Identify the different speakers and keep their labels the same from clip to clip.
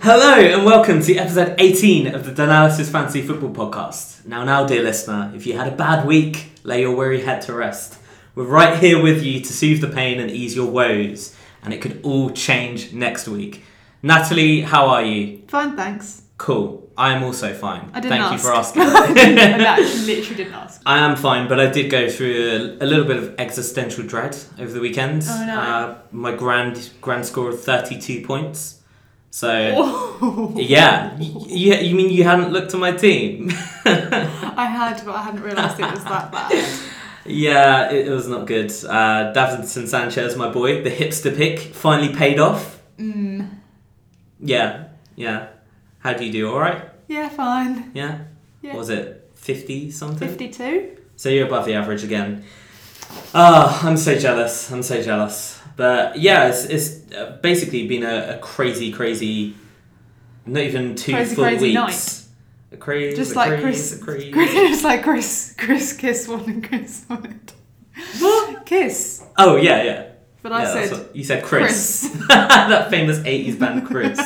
Speaker 1: Hello and welcome to episode 18 of the Danalysis Fantasy Football Podcast. Now, now, dear listener, if you had a bad week, lay your weary head to rest. We're right here with you to soothe the pain and ease your woes, and it could all change next week. Natalie, how are you?
Speaker 2: Fine, thanks.
Speaker 1: Cool. I am also fine.
Speaker 2: I didn't
Speaker 1: Thank you
Speaker 2: ask.
Speaker 1: for asking.
Speaker 2: And that literally didn't ask.
Speaker 1: I am fine, but I did go through a, a little bit of existential dread over the weekend.
Speaker 2: Oh, no.
Speaker 1: Uh, my grand grand score of 32 points. So.
Speaker 2: Oh.
Speaker 1: Yeah, you, you mean you hadn't looked at my team?
Speaker 2: I had, but I hadn't realised it was that bad.
Speaker 1: yeah, it, it was not good. Uh, Davinson Sanchez, my boy, the hipster pick, finally paid off.
Speaker 2: Mm.
Speaker 1: Yeah, yeah. How do you do? All right?
Speaker 2: Yeah, fine.
Speaker 1: Yeah?
Speaker 2: Yeah.
Speaker 1: What was it 50 something?
Speaker 2: 52?
Speaker 1: So you're above the average again. Ah, I'm so jealous. I'm so jealous. But yeah, it's, it's uh, basically been a, a crazy, crazy, not even two
Speaker 2: Crazy,
Speaker 1: full weeks.
Speaker 2: crazy night.
Speaker 1: A crazy,
Speaker 2: Just
Speaker 1: a
Speaker 2: like
Speaker 1: crazy,
Speaker 2: Chris,
Speaker 1: a crazy-
Speaker 2: Chris. Just like Chris. Chris Kiss one and Chris wanted. What? Kiss.
Speaker 1: Oh yeah, yeah.
Speaker 2: But I
Speaker 1: Yeah, that's
Speaker 2: said.
Speaker 1: what- you said Chris, that famous '80s band Chris.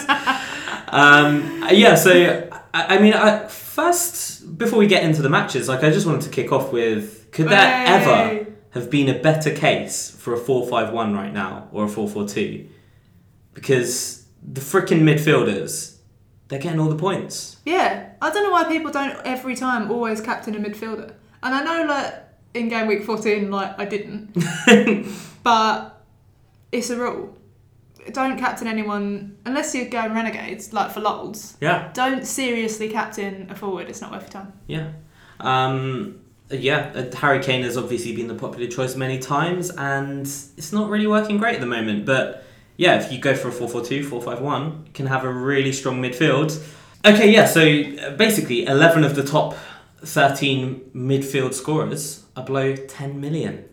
Speaker 1: um, yeah, so I, I mean, I, first before we get into the matches, like I just wanted to kick off with: could there ever
Speaker 2: Hey.
Speaker 1: have been a better case for a four-five-one right now or a four-four-two? Because the freaking midfielders, they're getting all the points.
Speaker 2: Yeah, I don't know why people don't every time always captain a midfielder. And I know, like, in game week 14, like, I didn't. but it's a rule. Don't captain anyone, unless you're going renegades, like for lols.
Speaker 1: Yeah.
Speaker 2: Don't seriously captain a forward, it's not worth your time.
Speaker 1: Yeah. Um, yeah, uh, Harry Kane has obviously been the popular choice many times, and it's not really working great at the moment. But yeah, if you go for a 4 4 2, 4 5 1, you can have a really strong midfield. Okay, yeah, so uh, basically, 11 of the top 13 midfield scorers are below 10 million.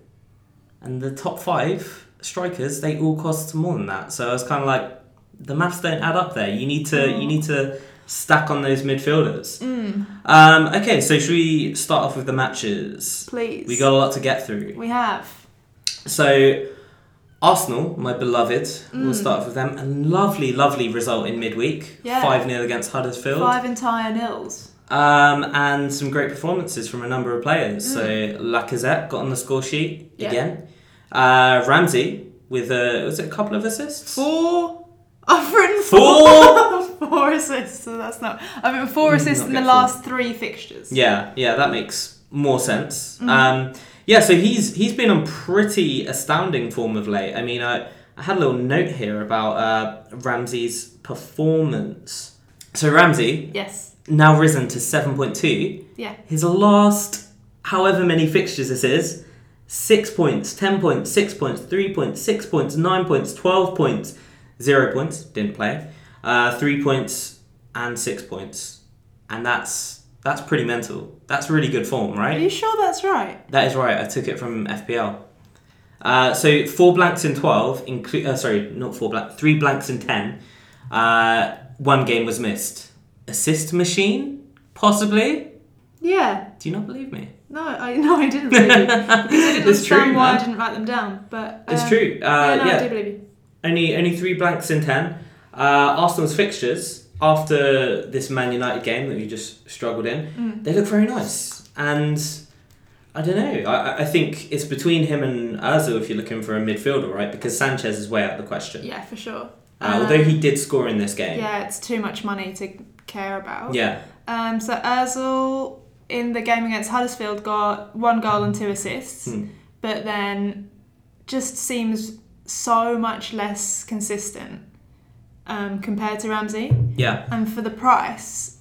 Speaker 1: And the top five strikers, they all cost more than that. So I was kind of like, the maths don't add up there. You need to, you need to stack on those midfielders. Um, okay, so should we start off with the matches?
Speaker 2: Please.
Speaker 1: We got a lot to get through.
Speaker 2: We have.
Speaker 1: So, Arsenal, my beloved, we'll
Speaker 2: Mm.
Speaker 1: start off with them. A lovely, lovely result in midweek.
Speaker 2: Yeah.
Speaker 1: 5 0 against Huddersfield.
Speaker 2: Five entire nils.
Speaker 1: Um, and some great performances from a number of players. So, Lacazette got on the score sheet
Speaker 2: Mm. Yeah.
Speaker 1: again. Uh, Ramsey with a, was it a couple of assists?
Speaker 2: Four. I've written
Speaker 1: Four.
Speaker 2: four. four assists, so that's not. I mean, four
Speaker 1: Mm,
Speaker 2: assists
Speaker 1: not
Speaker 2: in the
Speaker 1: good
Speaker 2: last three fixtures.
Speaker 1: Yeah, yeah, that makes more sense.
Speaker 2: Mm-hmm.
Speaker 1: Um, yeah, so he's he's been on pretty astounding form of late. I mean, I, I had a little note here about uh, Ramsey's performance. So Ramsey
Speaker 2: Yes.
Speaker 1: now risen to seven point two.
Speaker 2: Yeah.
Speaker 1: His last however many fixtures this is. Six points, ten points, six points, three points, six points, nine points, twelve points, zero points, didn't play, uh, three points and six points. And that's that's pretty mental. That's really good form,
Speaker 2: Are
Speaker 1: right?
Speaker 2: you sure that's right?
Speaker 1: That is right. I took it from FPL. Uh, so four blanks in twelve, include uh, sorry, not four blank, three blanks in ten. Uh, one game was missed. Assist machine, possibly.
Speaker 2: Yeah.
Speaker 1: Do you not believe me?
Speaker 2: No, I no, I didn't believe you because I didn't
Speaker 1: It's true,
Speaker 2: understand why
Speaker 1: man.
Speaker 2: I didn't write them down. But
Speaker 1: It's
Speaker 2: um,
Speaker 1: true. Uh,
Speaker 2: yeah, no, I do
Speaker 1: yeah,
Speaker 2: believe you.
Speaker 1: only only three blanks in ten. Uh, Arsenal's fixtures after this Man United game that we just struggled in,
Speaker 2: Mm.
Speaker 1: they look very nice. And I don't know. I, I- I think it's between him and Ozil if you're looking for a midfielder, right? Because Sanchez is way out of the question.
Speaker 2: Yeah, for sure. Um,
Speaker 1: Uh, although he did score in this game.
Speaker 2: yeah, it's too much money to care about.
Speaker 1: Yeah.
Speaker 2: Um, so Özil in the game against Huddersfield got one goal and two assists,
Speaker 1: Hmm.
Speaker 2: but then just seems so much less consistent um, compared to Ramsey.
Speaker 1: Yeah.
Speaker 2: And for the price,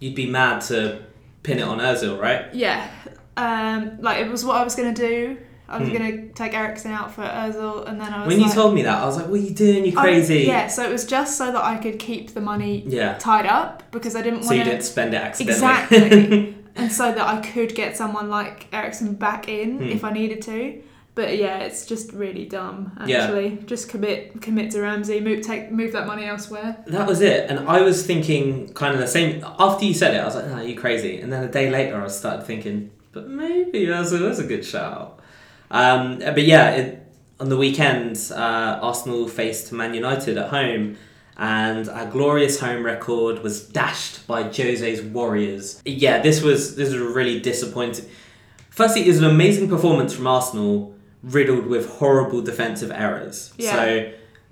Speaker 1: You'd be mad to pin it on Ozil, right?
Speaker 2: Yeah, um, like it was what I was gonna do. I was
Speaker 1: Hmm.
Speaker 2: gonna take Ericsson out for Özil, and then I was
Speaker 1: When you
Speaker 2: like,
Speaker 1: told me that, I was like, "What are you doing? You
Speaker 2: I-
Speaker 1: crazy?"
Speaker 2: yeah, so it was just so that I could keep the money
Speaker 1: Yeah.
Speaker 2: tied up because I didn't
Speaker 1: So you
Speaker 2: want
Speaker 1: didn't spend it accidentally.
Speaker 2: exactly, and so that I could get someone like Ericsson back in
Speaker 1: Hmm.
Speaker 2: if I needed to. But yeah, it's just really dumb.
Speaker 1: Yeah.
Speaker 2: Actually, just commit commit to Ramsey. Move take move that money elsewhere.
Speaker 1: that was it. And I was thinking kind of the same. After you said it, I was like, "No, you crazy." And then a day later, I started thinking, "But maybe Ozil is a good shout." Um, but yeah, it, on the weekend, uh, Arsenal faced Man United at home, and our glorious home record was dashed by Jose's Warriors. Yeah, this was this was really disappointing. Firstly, it was an amazing performance from Arsenal, riddled with horrible defensive errors.
Speaker 2: Yeah.
Speaker 1: So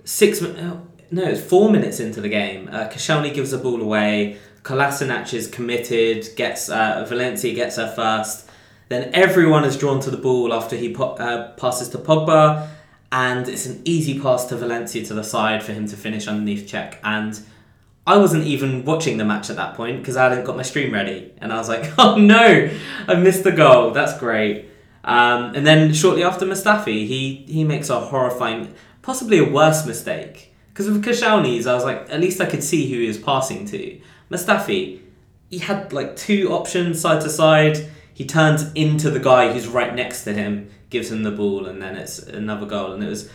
Speaker 1: six mi- oh, no, it's four minutes into the game. Uh, Koscielny gives the ball away. Kolasinac is committed. Gets uh, Valencia gets her first. Then everyone is drawn to the ball after he po- uh, passes to Pogba, and it's an easy pass to Valencia to the side for him to finish underneath check. And I wasn't even watching the match at that point because I hadn't got my stream ready, and I was like, "Oh no, I missed the goal. That's great." Um, and then shortly after Mustafi, he he makes a horrifying, possibly a worse mistake because with Kashani's, I was like, at least I could see who he was passing to. Mustafi, he had like two options side to side. He turns into the guy who's right next to him, gives him the ball, and then it's another goal. And it was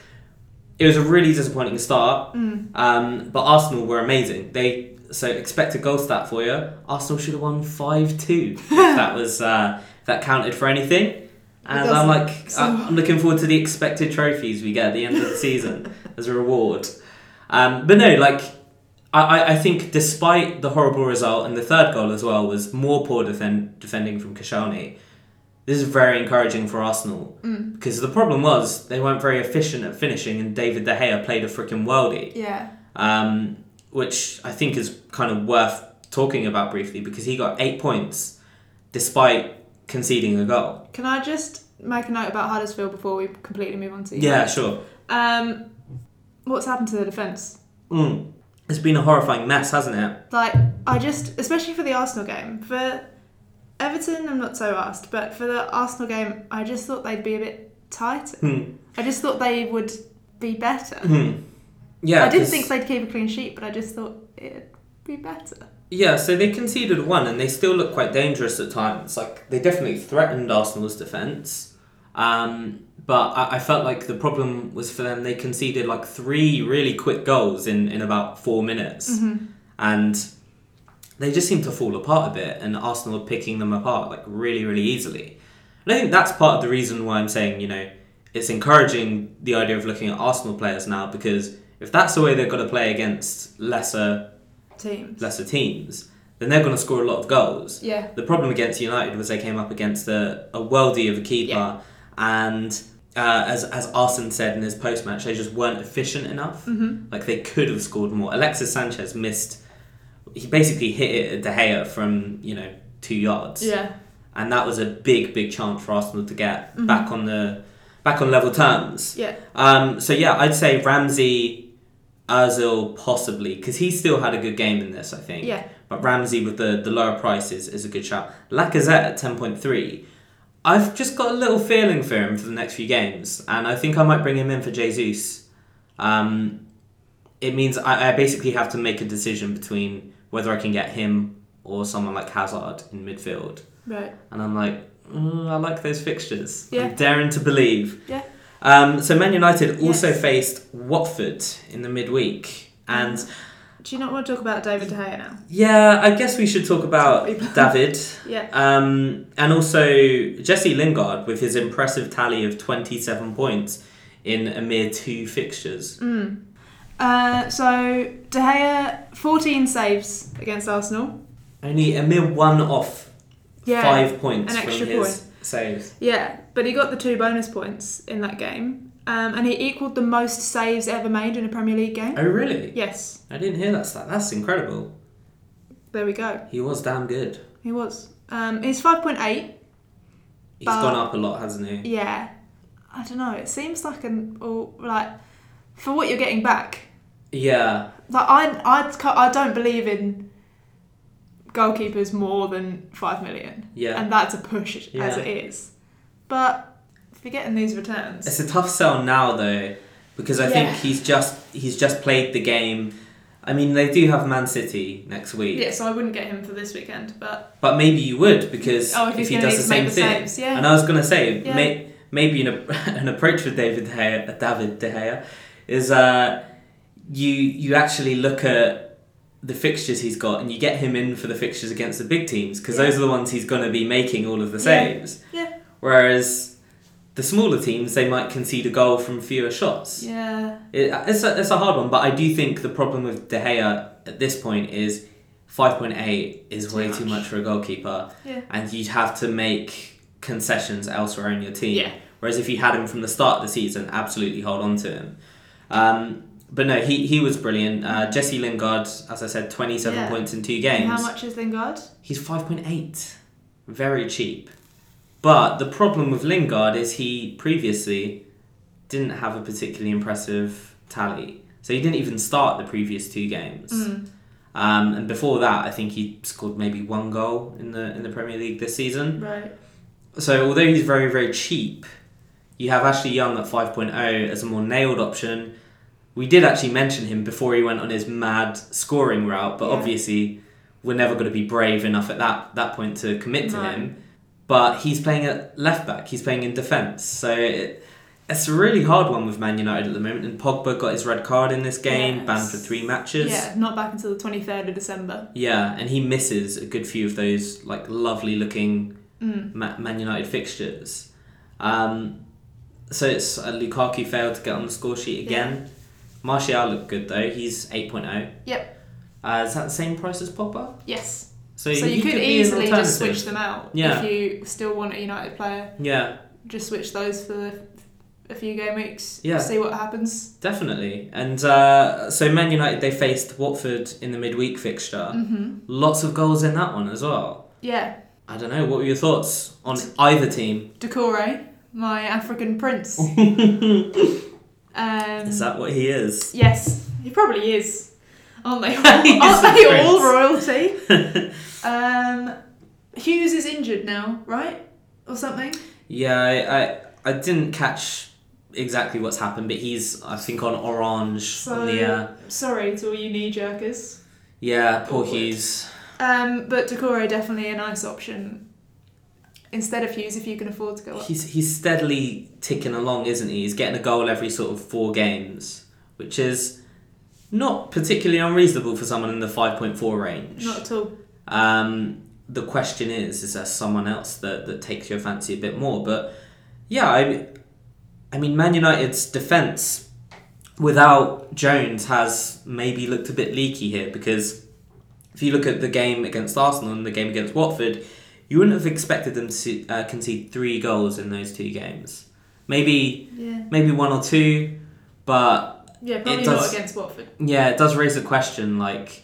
Speaker 1: it was a really disappointing start. Um, but Arsenal were amazing. They so expected goal stat for you. Arsenal should have won five two. if that was uh, if that counted for anything. And I'm
Speaker 2: doesn't,
Speaker 1: like,
Speaker 2: so-
Speaker 1: I- I'm looking forward to the expected trophies we get at the end of the season as a reward. Um, but no, like I, I, I think despite the horrible result and the third goal as well was more poor defend, defending from Kashani, this is very encouraging for Arsenal because the problem was they weren't very efficient at finishing and David De Gea played a freaking worldie,
Speaker 2: Yeah.
Speaker 1: um, which I think is kind of worth talking about briefly because he got eight points despite conceding a goal.
Speaker 2: Can I just make a note about Huddersfield before we completely move on to
Speaker 1: Yeah, sure.
Speaker 2: Um, what's happened to the defence?
Speaker 1: Mm. It's been a horrifying mess, hasn't it?
Speaker 2: Like, I just, especially for the Arsenal game, for Everton, I'm not so asked, but for the Arsenal game, I just thought they'd be a bit tighter.
Speaker 1: Mm.
Speaker 2: I just thought they would be better.
Speaker 1: Mm. Yeah,
Speaker 2: I didn't
Speaker 1: 'cause-
Speaker 2: think they'd keep a clean sheet, but I just thought it'd be better.
Speaker 1: Yeah, so they conceded one and they still look quite dangerous at times. Like, they definitely threatened Arsenal's defence. Um, but I, I felt like the problem was for them, they conceded like three really quick goals in, in about four minutes.
Speaker 2: Mm-hmm.
Speaker 1: And they just seemed to fall apart a bit, and Arsenal were picking them apart like really, really easily. And I think that's part of the reason why I'm saying, you know, it's encouraging the idea of looking at Arsenal players now because if that's the way they're going to play against lesser
Speaker 2: Teams.
Speaker 1: lesser teams, then they're going to score a lot of goals.
Speaker 2: Yeah.
Speaker 1: The problem against United was they came up against a, a worldie of a keeper,
Speaker 2: Yeah.
Speaker 1: and uh, as as Arsene said in his post match, they just weren't efficient enough.
Speaker 2: Mm-hmm.
Speaker 1: Like they could have scored more. Alexis Sanchez missed. He basically hit it at De Gea from you know two yards
Speaker 2: Yeah.
Speaker 1: and that was a big, big chance for Arsenal to get
Speaker 2: Mm-hmm.
Speaker 1: back on the back on level terms.
Speaker 2: Yeah.
Speaker 1: Um, so yeah, I'd say Ramsey, Özil possibly because he still had a good game in this. I think.
Speaker 2: Yeah.
Speaker 1: But Ramsey with the the lower price is, is a good shout. Lacazette at ten point three. I've just got a little feeling for him for the next few games, and I think I might bring him in for Jesus. Um, it means I, I basically have to make a decision between whether I can get him or someone like Hazard in midfield
Speaker 2: Right.
Speaker 1: and I'm like, "Mm, I like those fixtures.
Speaker 2: Yeah.
Speaker 1: I'm daring to believe.
Speaker 2: Yeah.
Speaker 1: Um, so Man United also
Speaker 2: Yes.
Speaker 1: faced Watford in the midweek, and
Speaker 2: Do you not want to talk about David De Gea now?
Speaker 1: yeah, I guess we should talk about David,
Speaker 2: Yeah.
Speaker 1: um, and also Jesse Lingard with his impressive tally of 27 points in a mere two fixtures.
Speaker 2: Mm. Uh, so De Gea, 14 saves against Arsenal.
Speaker 1: Only a mere one off
Speaker 2: Yeah.
Speaker 1: five points
Speaker 2: an
Speaker 1: from
Speaker 2: extra
Speaker 1: his saves.
Speaker 2: Yeah, but he got the two bonus points in that game, um, and he equalled the most saves ever made in a Premier League game.
Speaker 1: Oh really?
Speaker 2: Yes,
Speaker 1: I didn't hear that stat. That's incredible.
Speaker 2: there we go.
Speaker 1: He was damn good.
Speaker 2: He was. Um, he's five point eight.
Speaker 1: He's
Speaker 2: But-
Speaker 1: gone up a lot, hasn't he?
Speaker 2: Yeah, I don't know. It seems like an all like for what you're getting back.
Speaker 1: Yeah,
Speaker 2: Like I, I, ca- I don't believe in goalkeepers more than five million,
Speaker 1: yeah.
Speaker 2: and that's a push as
Speaker 1: Yeah.
Speaker 2: it is. But if you're getting these returns,
Speaker 1: It's a tough sell now though, because I
Speaker 2: Yeah.
Speaker 1: think he's just he's just played the game. I mean, they do have Man City next week,
Speaker 2: yeah. So I wouldn't get him for this weekend, but
Speaker 1: but maybe you would because
Speaker 2: oh, if,
Speaker 1: if
Speaker 2: he's
Speaker 1: he
Speaker 2: going
Speaker 1: does
Speaker 2: to
Speaker 1: the
Speaker 2: need to make
Speaker 1: same
Speaker 2: the
Speaker 1: thing.
Speaker 2: saves, yeah.
Speaker 1: And I was gonna say,
Speaker 2: Yeah.
Speaker 1: may, maybe an, ap- an approach with David De Gea, uh, David De Gea, is uh, you you actually look at the fixtures he's got and you get him in for the fixtures against the big teams because
Speaker 2: Yeah.
Speaker 1: those are the ones he's gonna be making all of the
Speaker 2: Yeah.
Speaker 1: saves.
Speaker 2: Yeah.
Speaker 1: Whereas the smaller teams, they might concede a goal from fewer shots.
Speaker 2: Yeah.
Speaker 1: It, it's, a, it's a hard one, but I do think the problem with De Gea at this point is 5.8 is
Speaker 2: Too
Speaker 1: way
Speaker 2: much.
Speaker 1: too much for a goalkeeper,
Speaker 2: Yeah.
Speaker 1: and you'd have to make concessions elsewhere in your team.
Speaker 2: Yeah.
Speaker 1: Whereas if you had him from the start of the season, absolutely hold on to him. Um, but no, he, he was brilliant. Uh, Jesse Lingard, as I said, 27
Speaker 2: Yeah.
Speaker 1: points in two
Speaker 2: And
Speaker 1: games.
Speaker 2: how much is Lingard?
Speaker 1: He's 5.8. Very cheap. But the problem with Lingard is he previously didn't have a particularly impressive tally. So he didn't even start the previous two games.
Speaker 2: Mm.
Speaker 1: Um, and before that, I think he scored maybe one goal in the in the Premier League this season.
Speaker 2: Right.
Speaker 1: So although he's very very cheap, you have Ashley Young at 5.0 as a more nailed option. We did actually mention him before he went on his mad scoring route, but
Speaker 2: Yeah.
Speaker 1: obviously we're never going to be brave enough at that that point to commit to
Speaker 2: No.
Speaker 1: him. But he's playing at left back. He's playing in defence, so it, it's a really hard one with Man United at the moment. And Pogba got his red card in this game, banned
Speaker 2: Yes.
Speaker 1: for three matches.
Speaker 2: Yeah, not back until the 23rd of December.
Speaker 1: Yeah, and he misses a good few of those like lovely looking
Speaker 2: Mm.
Speaker 1: Ma- Man United fixtures. Um, so it's uh, Lukaku failed to get on the score sheet again. Martial looked good though. He's 8.0.
Speaker 2: Yep.
Speaker 1: Uh, is that the same price as Pogba?
Speaker 2: Yes.
Speaker 1: So,
Speaker 2: So,
Speaker 1: he
Speaker 2: you could,
Speaker 1: be an
Speaker 2: easily just
Speaker 1: alternative.
Speaker 2: switch them out
Speaker 1: Yeah.
Speaker 2: if you still want a United player.
Speaker 1: Yeah,
Speaker 2: Just switch those for a few game weeks.
Speaker 1: Yeah.
Speaker 2: See what happens.
Speaker 1: definitely. And uh, so Man United they faced Watford in the midweek fixture.
Speaker 2: hmm
Speaker 1: Lots of goals in that one as well.
Speaker 2: Yeah.
Speaker 1: I don't know. What were your thoughts on either team?
Speaker 2: Decore, eh? my African prince. um,
Speaker 1: Is that what he is?
Speaker 2: Yes, he probably is. Aren't they all,
Speaker 1: He is a
Speaker 2: aren't they all
Speaker 1: prince.
Speaker 2: royalty? um, Hughes is injured now, right? Or something?
Speaker 1: Yeah, I, I, I didn't catch exactly what's happened, but he's I think on orange on the
Speaker 2: So-
Speaker 1: uh,
Speaker 2: Sorry to all you knee jerkers.
Speaker 1: yeah poor
Speaker 2: Awkward.
Speaker 1: Hughes.
Speaker 2: Um, but Decore definitely a nice option instead of Hughes if you can afford to go up.
Speaker 1: He's he's steadily ticking along, isn't he? He's getting a goal every sort of four games, which is not particularly unreasonable for someone in the five point four range.
Speaker 2: Not at all.
Speaker 1: Um, the question is, is there someone else that, that takes your fancy a bit more? But yeah, I, I mean, Man United's defence without Jones has maybe looked a bit leaky here because if you look at the game against Arsenal and the game against Watford, you wouldn't have expected them to uh, concede three goals in those two games. Maybe
Speaker 2: Yeah.
Speaker 1: maybe one or two, but
Speaker 2: Yeah,
Speaker 1: It
Speaker 2: probably
Speaker 1: does-
Speaker 2: not against Watford.
Speaker 1: yeah, it does raise the question like,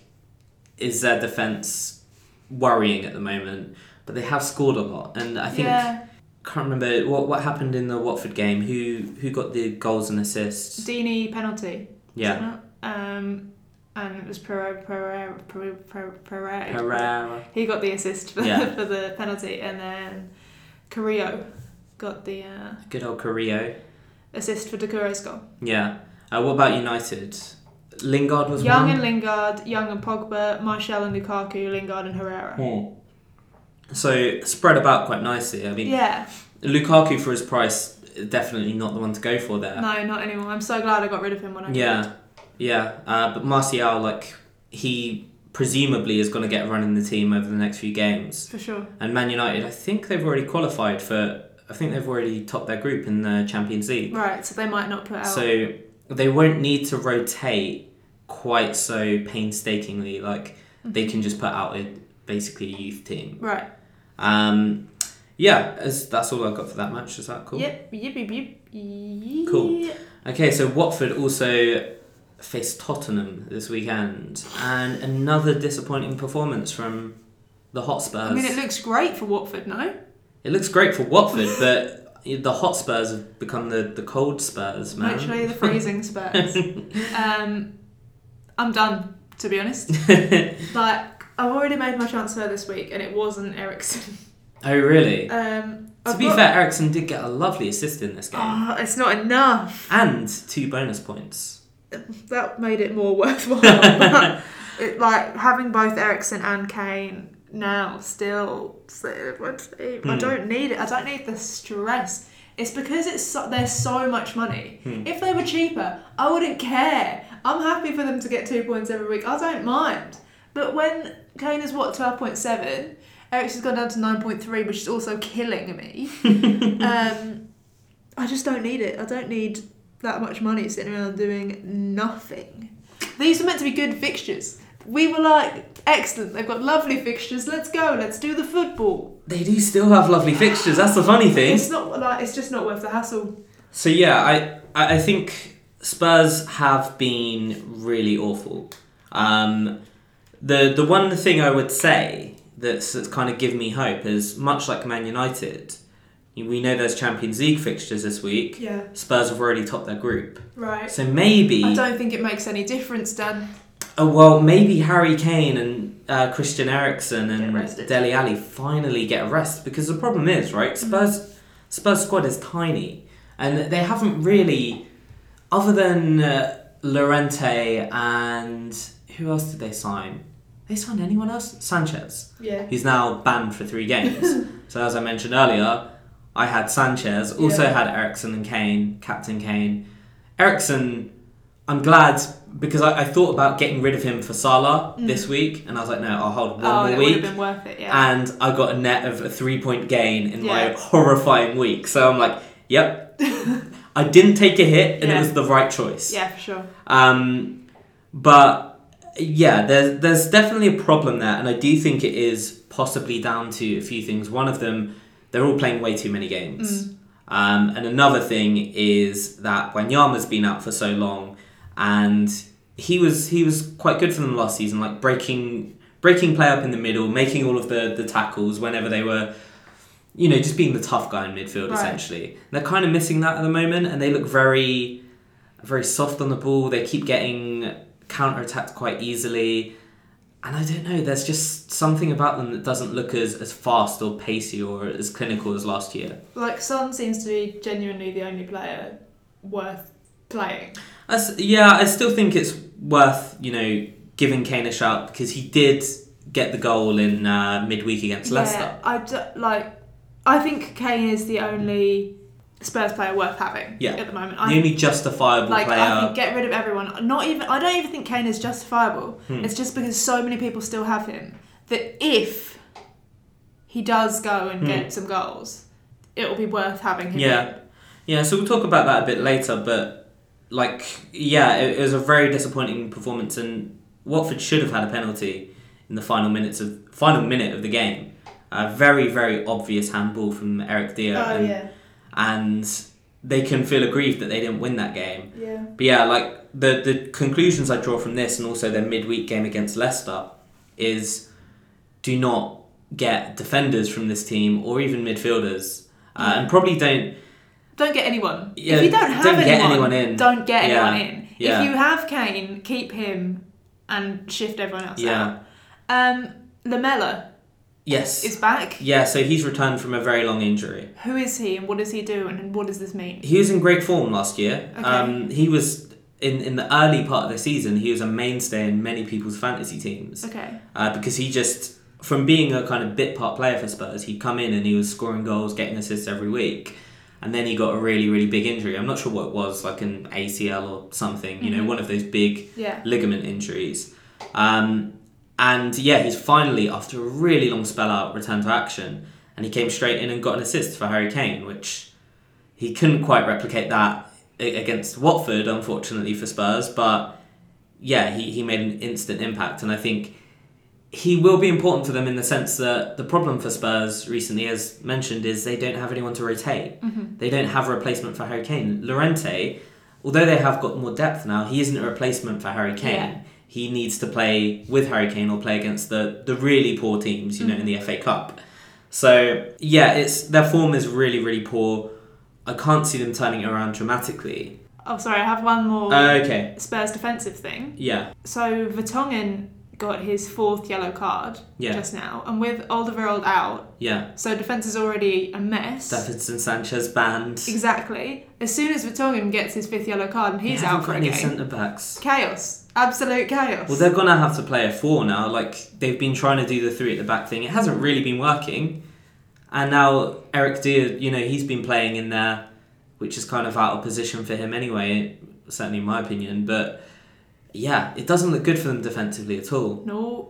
Speaker 1: is their defence worrying at the moment? But they have scored a lot, and I think
Speaker 2: yeah,
Speaker 1: can't remember what what happened in the Watford game. Who who got the goals and assists?
Speaker 2: Deeney penalty.
Speaker 1: Yeah,
Speaker 2: Um, and it was Pereira. Pereira. Pereira. Pereira- Pereira.
Speaker 1: Pereira.
Speaker 2: He got the assist for,
Speaker 1: Yeah.
Speaker 2: for the penalty, and then Carrillo got the uh,
Speaker 1: Good old Carrillo.
Speaker 2: assist for Decore's goal.
Speaker 1: Yeah. Uh, what about United? Lingard was
Speaker 2: Young
Speaker 1: one.
Speaker 2: and Lingard, Young and Pogba, Martial and Lukaku, Lingard and Herrera.
Speaker 1: Hmm. So spread about quite nicely. I mean,
Speaker 2: Yeah,
Speaker 1: Lukaku for his price, definitely not the one to go for there.
Speaker 2: no, not anymore. I'm so glad I got rid of him when I did.
Speaker 1: Yeah, yeah. Uh, but Martial, like, he presumably is going to get run in the team over the next few games.
Speaker 2: for sure.
Speaker 1: And Man United, I think they've already qualified for. I think they've already topped their group in the Champions League.
Speaker 2: Right, so they might not put out.
Speaker 1: So they won't need to rotate quite so painstakingly. Like
Speaker 2: Mm-hmm.
Speaker 1: they can just put out a basically a youth team.
Speaker 2: right.
Speaker 1: Um, yeah, as, that's all I've got for that match. Is that cool?
Speaker 2: Yep. Yip. Yip. Yip. Yep.
Speaker 1: Cool. Okay, so Watford also faced Tottenham this weekend, and another disappointing performance from the Hotspurs.
Speaker 2: I mean, it looks great for Watford, no?
Speaker 1: It looks great for Watford, but the Hotspurs have become the, the cold Spurs, man.
Speaker 2: Literally the freezing spurs. um, I'm done, to be honest. like, I've already made my transfer this week, and it wasn't Ericsson.
Speaker 1: oh, really?
Speaker 2: Um,
Speaker 1: to
Speaker 2: I've
Speaker 1: be
Speaker 2: got-
Speaker 1: fair, Ericsson did get a lovely assist in this game,
Speaker 2: Oh, it's not enough.
Speaker 1: and two bonus points.
Speaker 2: That made it more worthwhile. But it, like having both Ericsson and Kane now still, so what's it- I
Speaker 1: Hmm.
Speaker 2: don't need it. I don't need the stress. It's because it's so, there's so much money.
Speaker 1: Hmm.
Speaker 2: If they were cheaper, I wouldn't care. I'm happy for them to get two points every week. I don't mind. But when Kane is what twelve point seven, Ericsson's gone down to nine point three, which is also killing me. um, I just don't need it. I don't need that much money sitting around doing nothing. These are meant to be good fixtures. We were like, excellent, they've got lovely fixtures, let's go, let's do the football.
Speaker 1: They do still have lovely fixtures. That's the funny thing.
Speaker 2: It's not like it's just not worth the hassle.
Speaker 1: So yeah, I I I think Spurs have been really awful. Um, the the one thing I would say that's, that's kind of given me hope is much like Man United, we know there's Champions League fixtures this week.
Speaker 2: Yeah.
Speaker 1: Spurs have already topped their group,
Speaker 2: Right.
Speaker 1: so maybe
Speaker 2: I don't think it makes any difference, Dan.
Speaker 1: oh well, maybe Harry Kane and uh, Christian Eriksen and
Speaker 2: Get rested.
Speaker 1: Deli Ali finally get a rest because the problem is right Spurs Spurs squad is tiny and they haven't really other than uh, Lorente and who else did they sign? They signed anyone else? Sanchez.
Speaker 2: Yeah.
Speaker 1: He's now banned for three games. so as I mentioned earlier, I had Sanchez, also
Speaker 2: Yeah.
Speaker 1: had Ericsson and Kane, Captain Kane. Ericsson, I'm glad because I, I thought about getting rid of him for Salah this week, and I was like, no, I'll hold one
Speaker 2: Mm. Oh,
Speaker 1: more
Speaker 2: it would have
Speaker 1: week.
Speaker 2: been worth it, yeah.
Speaker 1: And I got a net of a three point gain in my
Speaker 2: Yeah.
Speaker 1: horrifying week. So I'm like, yep. I didn't take a hit, and it
Speaker 2: Yeah.
Speaker 1: was the right choice.
Speaker 2: yeah, for sure.
Speaker 1: Um, but yeah, there's there's definitely a problem there, and I do think it is possibly down to a few things. One of them, they're all playing way too many games, um, and another thing is that Wanyama's been out for so long, and he was he was quite good for them last season, like breaking breaking play up in the middle, making all of the the tackles whenever they were. You know, just being the tough guy in midfield,
Speaker 2: Right.
Speaker 1: essentially. They're kind of missing that at the moment, and they look very very soft on the ball. They keep getting counter attacked quite easily. And I don't know, there's just something about them that doesn't look as, as fast or pacey or as clinical as last year.
Speaker 2: Like, Son seems to be genuinely the only player worth playing.
Speaker 1: I s yeah, I still think it's worth, you know, giving Kane a shout because he did get the goal in uh, midweek against Leicester.
Speaker 2: Yeah, I d- like. I think Kane is the only Spurs player worth having.
Speaker 1: Yeah.
Speaker 2: At the moment,
Speaker 1: the
Speaker 2: I
Speaker 1: only justifiable
Speaker 2: like.
Speaker 1: player.
Speaker 2: I think get rid of everyone. Not even. I don't even think Kane is justifiable.
Speaker 1: Hmm.
Speaker 2: It's just because so many people still have him that if he does go and
Speaker 1: Hmm.
Speaker 2: get some goals, it will be worth having him.
Speaker 1: Yeah, yeah. So we'll talk about that a bit later, but like, yeah, it, it was a very disappointing performance, and Watford should have had a penalty in the final minutes of final minute of the game. A very very obvious handball from Eric Dier,
Speaker 2: Oh
Speaker 1: and,
Speaker 2: yeah.
Speaker 1: and they can feel aggrieved that they didn't win that game.
Speaker 2: Yeah.
Speaker 1: But yeah, like the the conclusions I draw from this and also their midweek game against Leicester is do not get defenders from this team or even midfielders. Uh, and probably don't
Speaker 2: Don't get anyone.
Speaker 1: Yeah,
Speaker 2: if you don't have
Speaker 1: don't get
Speaker 2: anyone,
Speaker 1: anyone in.
Speaker 2: don't get
Speaker 1: Yeah,
Speaker 2: anyone in.
Speaker 1: yeah.
Speaker 2: If you have Kane, keep him and shift everyone else
Speaker 1: yeah.
Speaker 2: out. Um, Lamella
Speaker 1: Yes.
Speaker 2: is back.
Speaker 1: yeah, so he's returned from a very long injury.
Speaker 2: Who is he and what does he do and what does this mean?
Speaker 1: He was in great form last year.
Speaker 2: Okay.
Speaker 1: Um, he was in, in the early part of the season. He was a mainstay in many people's fantasy teams
Speaker 2: Okay.
Speaker 1: uh, because he just from being a kind of bit part player for Spurs, he'd come in and he was scoring goals, getting assists every week, and then he got a really really big injury. I'm not sure what it was, like an ACL or something. You know,
Speaker 2: Mhm.
Speaker 1: one of those big
Speaker 2: Yeah.
Speaker 1: ligament injuries. Um, and yeah, he's finally, after a really long spell out, returned to action. And he came straight in and got an assist for Harry Kane, which he couldn't quite replicate that a- against Watford, unfortunately for Spurs. But yeah, he, he made an instant impact. And I think he will be important for them in the sense that the problem for Spurs recently, as mentioned, is they don't have anyone to rotate.
Speaker 2: Mhm.
Speaker 1: They don't have a replacement for Harry Kane. Lorente, although they have got more depth now, he isn't a replacement for Harry Kane.
Speaker 2: Yeah.
Speaker 1: He needs to play with Harry Kane or play against the, the really poor teams, you know, in the
Speaker 2: Mm-hmm.
Speaker 1: FA Cup. So yeah, it's their form is really, really poor. I can't see them turning it around dramatically.
Speaker 2: Oh, sorry, I have one more
Speaker 1: Okay.
Speaker 2: Spurs defensive thing.
Speaker 1: Yeah.
Speaker 2: So Vertonghen got his fourth yellow card
Speaker 1: Yeah.
Speaker 2: just now, and with Alderweireld out,
Speaker 1: Yeah.
Speaker 2: so defence is already a mess.
Speaker 1: Davidson Sanchez banned.
Speaker 2: Exactly. As soon as Vertonghen gets his fifth yellow card and
Speaker 1: They
Speaker 2: he's
Speaker 1: haven't
Speaker 2: out
Speaker 1: got
Speaker 2: for a
Speaker 1: any
Speaker 2: game,
Speaker 1: centre backs.
Speaker 2: chaos, absolute chaos.
Speaker 1: Well, they're gonna have to play a four now. Like they've been trying to do the three at the back thing. It hasn't really been working, and now Eric Deer, you know, he's been playing in there, which is kind of out of position for him anyway. Certainly, in my opinion. But yeah, it doesn't look good for them defensively at all.
Speaker 2: no.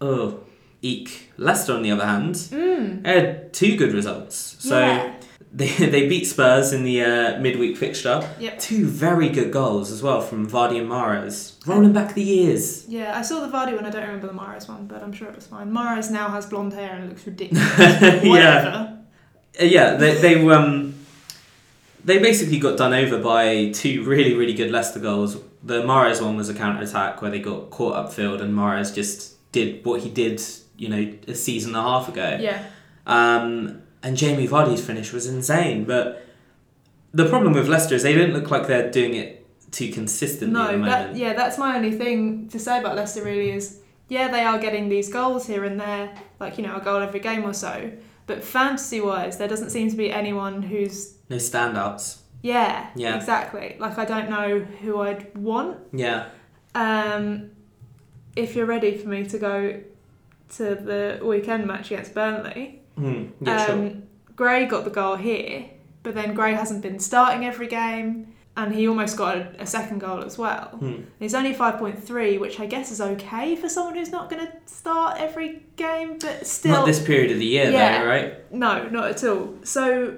Speaker 1: Oh, eek. Leicester, on the other hand,
Speaker 2: Mm.
Speaker 1: they had two good results. So
Speaker 2: yeah.
Speaker 1: They, they beat Spurs in the uh, midweek fixture.
Speaker 2: Yep.
Speaker 1: Two very good goals as well from Vardy and Mares. Rolling back the years.
Speaker 2: Yeah, I saw the Vardy one. I don't remember the Mares one, but I'm sure it was fine. Mares now has blonde hair and looks ridiculous.
Speaker 1: Yeah.
Speaker 2: Whatever.
Speaker 1: Uh, yeah, they they um they basically got done over by two really really good Leicester goals. The Mares one was a counter attack where they got caught upfield and Mares just did what he did, you know, a season and a half ago.
Speaker 2: Yeah.
Speaker 1: Um, and Jamie Vardy's finish was insane, but the problem with Leicester is they didn't look like they're doing it too consistently at the
Speaker 2: No,
Speaker 1: moment.
Speaker 2: that yeah, that's my only thing to say about Leicester really is yeah, they are getting these goals here and there, like you know, a goal every game or so. But fantasy wise, there doesn't seem to be anyone who's
Speaker 1: No standouts.
Speaker 2: yeah,
Speaker 1: Yeah.
Speaker 2: exactly. Like I don't know who I'd want.
Speaker 1: Yeah.
Speaker 2: Um, if you're ready for me to go to the weekend match against Burnley,
Speaker 1: Mm, yeah, sure.
Speaker 2: um, Gray got the goal here, but then Gray hasn't been starting every game, and he almost got a, a second goal as well.
Speaker 1: Hmm.
Speaker 2: He's only 5.3, which I guess is okay for someone who's not going to start every game, but still.
Speaker 1: Not this period of the year,
Speaker 2: Yeah.
Speaker 1: though, right?
Speaker 2: No, not at all. So,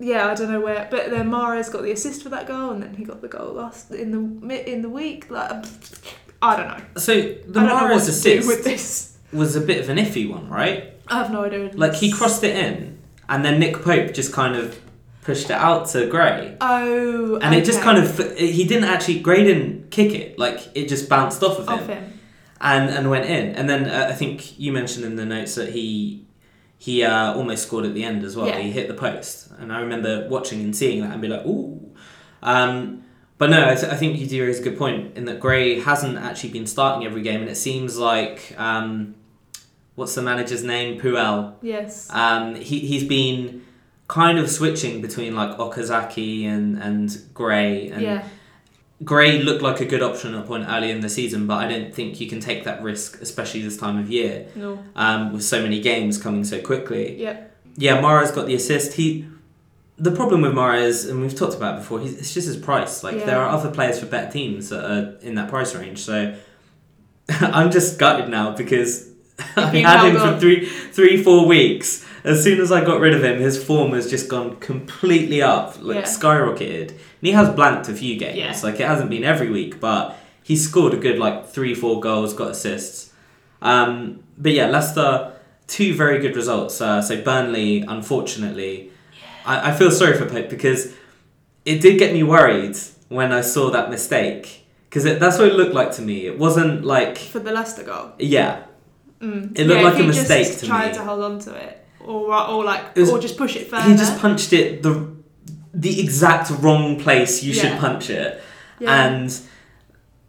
Speaker 2: yeah, I don't know where. But then Mara's got the assist for that goal, and then he got the goal last in the mi- in the week. Like, I don't know.
Speaker 1: So the
Speaker 2: I don't know what
Speaker 1: Mares
Speaker 2: to
Speaker 1: assist
Speaker 2: do with this.
Speaker 1: was a bit of an iffy one, right?
Speaker 2: I have no idea.
Speaker 1: Like he crossed it in, and then Nick Pope just kind of pushed it out to Gray,
Speaker 2: Oh,
Speaker 1: and it just
Speaker 2: okay.
Speaker 1: kind of he didn't actually Gray didn't kick it. Like it just bounced off of him,
Speaker 2: off him.
Speaker 1: and and went in. And then uh, I think you mentioned in the notes that he he uh, almost scored at the end as well.
Speaker 2: Yeah.
Speaker 1: He hit the post, and I remember watching and seeing that and be like, ooh. Um, but no, I, th- I think you do raise a good point in that Gray hasn't actually been starting every game, and it seems like um, what's the manager's name, Puel.
Speaker 2: Yes.
Speaker 1: Um, he, he's been kind of switching between like Okazaki and, and Gray. And
Speaker 2: yeah.
Speaker 1: Gray looked like a good option at a point early in the season, but I don't think you can take that risk, especially this time of year
Speaker 2: No.
Speaker 1: um, with so many games coming so quickly.
Speaker 2: Yep.
Speaker 1: Yeah, Mara's got the assist. He. The problem with Mara is, and we've talked about it before, he's, it's just his price. Like, there
Speaker 2: Yeah.
Speaker 1: are other players for better teams that are in that price range. So, I'm just gutted now because I
Speaker 2: You've
Speaker 1: had him
Speaker 2: held
Speaker 1: for
Speaker 2: on.
Speaker 1: three, three, four weeks. As soon as I got rid of him, his form has just gone completely up, like
Speaker 2: Yeah.
Speaker 1: skyrocketed. And he has blanked a few games.
Speaker 2: Yeah.
Speaker 1: Like it hasn't been every week, but he scored a good like three, four goals, got assists. Um, but yeah, Leicester, two very good results. Uh, so Burnley, unfortunately, I, I feel sorry for Pope because it did get me worried when I saw that mistake. Because that's what it looked like to me. It wasn't like
Speaker 2: For the Leicester goal.
Speaker 1: yeah,
Speaker 2: Mm.
Speaker 1: It looked
Speaker 2: yeah,
Speaker 1: like
Speaker 2: if
Speaker 1: a
Speaker 2: you
Speaker 1: mistake
Speaker 2: just
Speaker 1: to
Speaker 2: tried
Speaker 1: me.
Speaker 2: to hold on to it, or or like,
Speaker 1: It was-
Speaker 2: or just push it further.
Speaker 1: he just punched it the the exact wrong place you should
Speaker 2: Yeah.
Speaker 1: punch it,
Speaker 2: yeah.
Speaker 1: and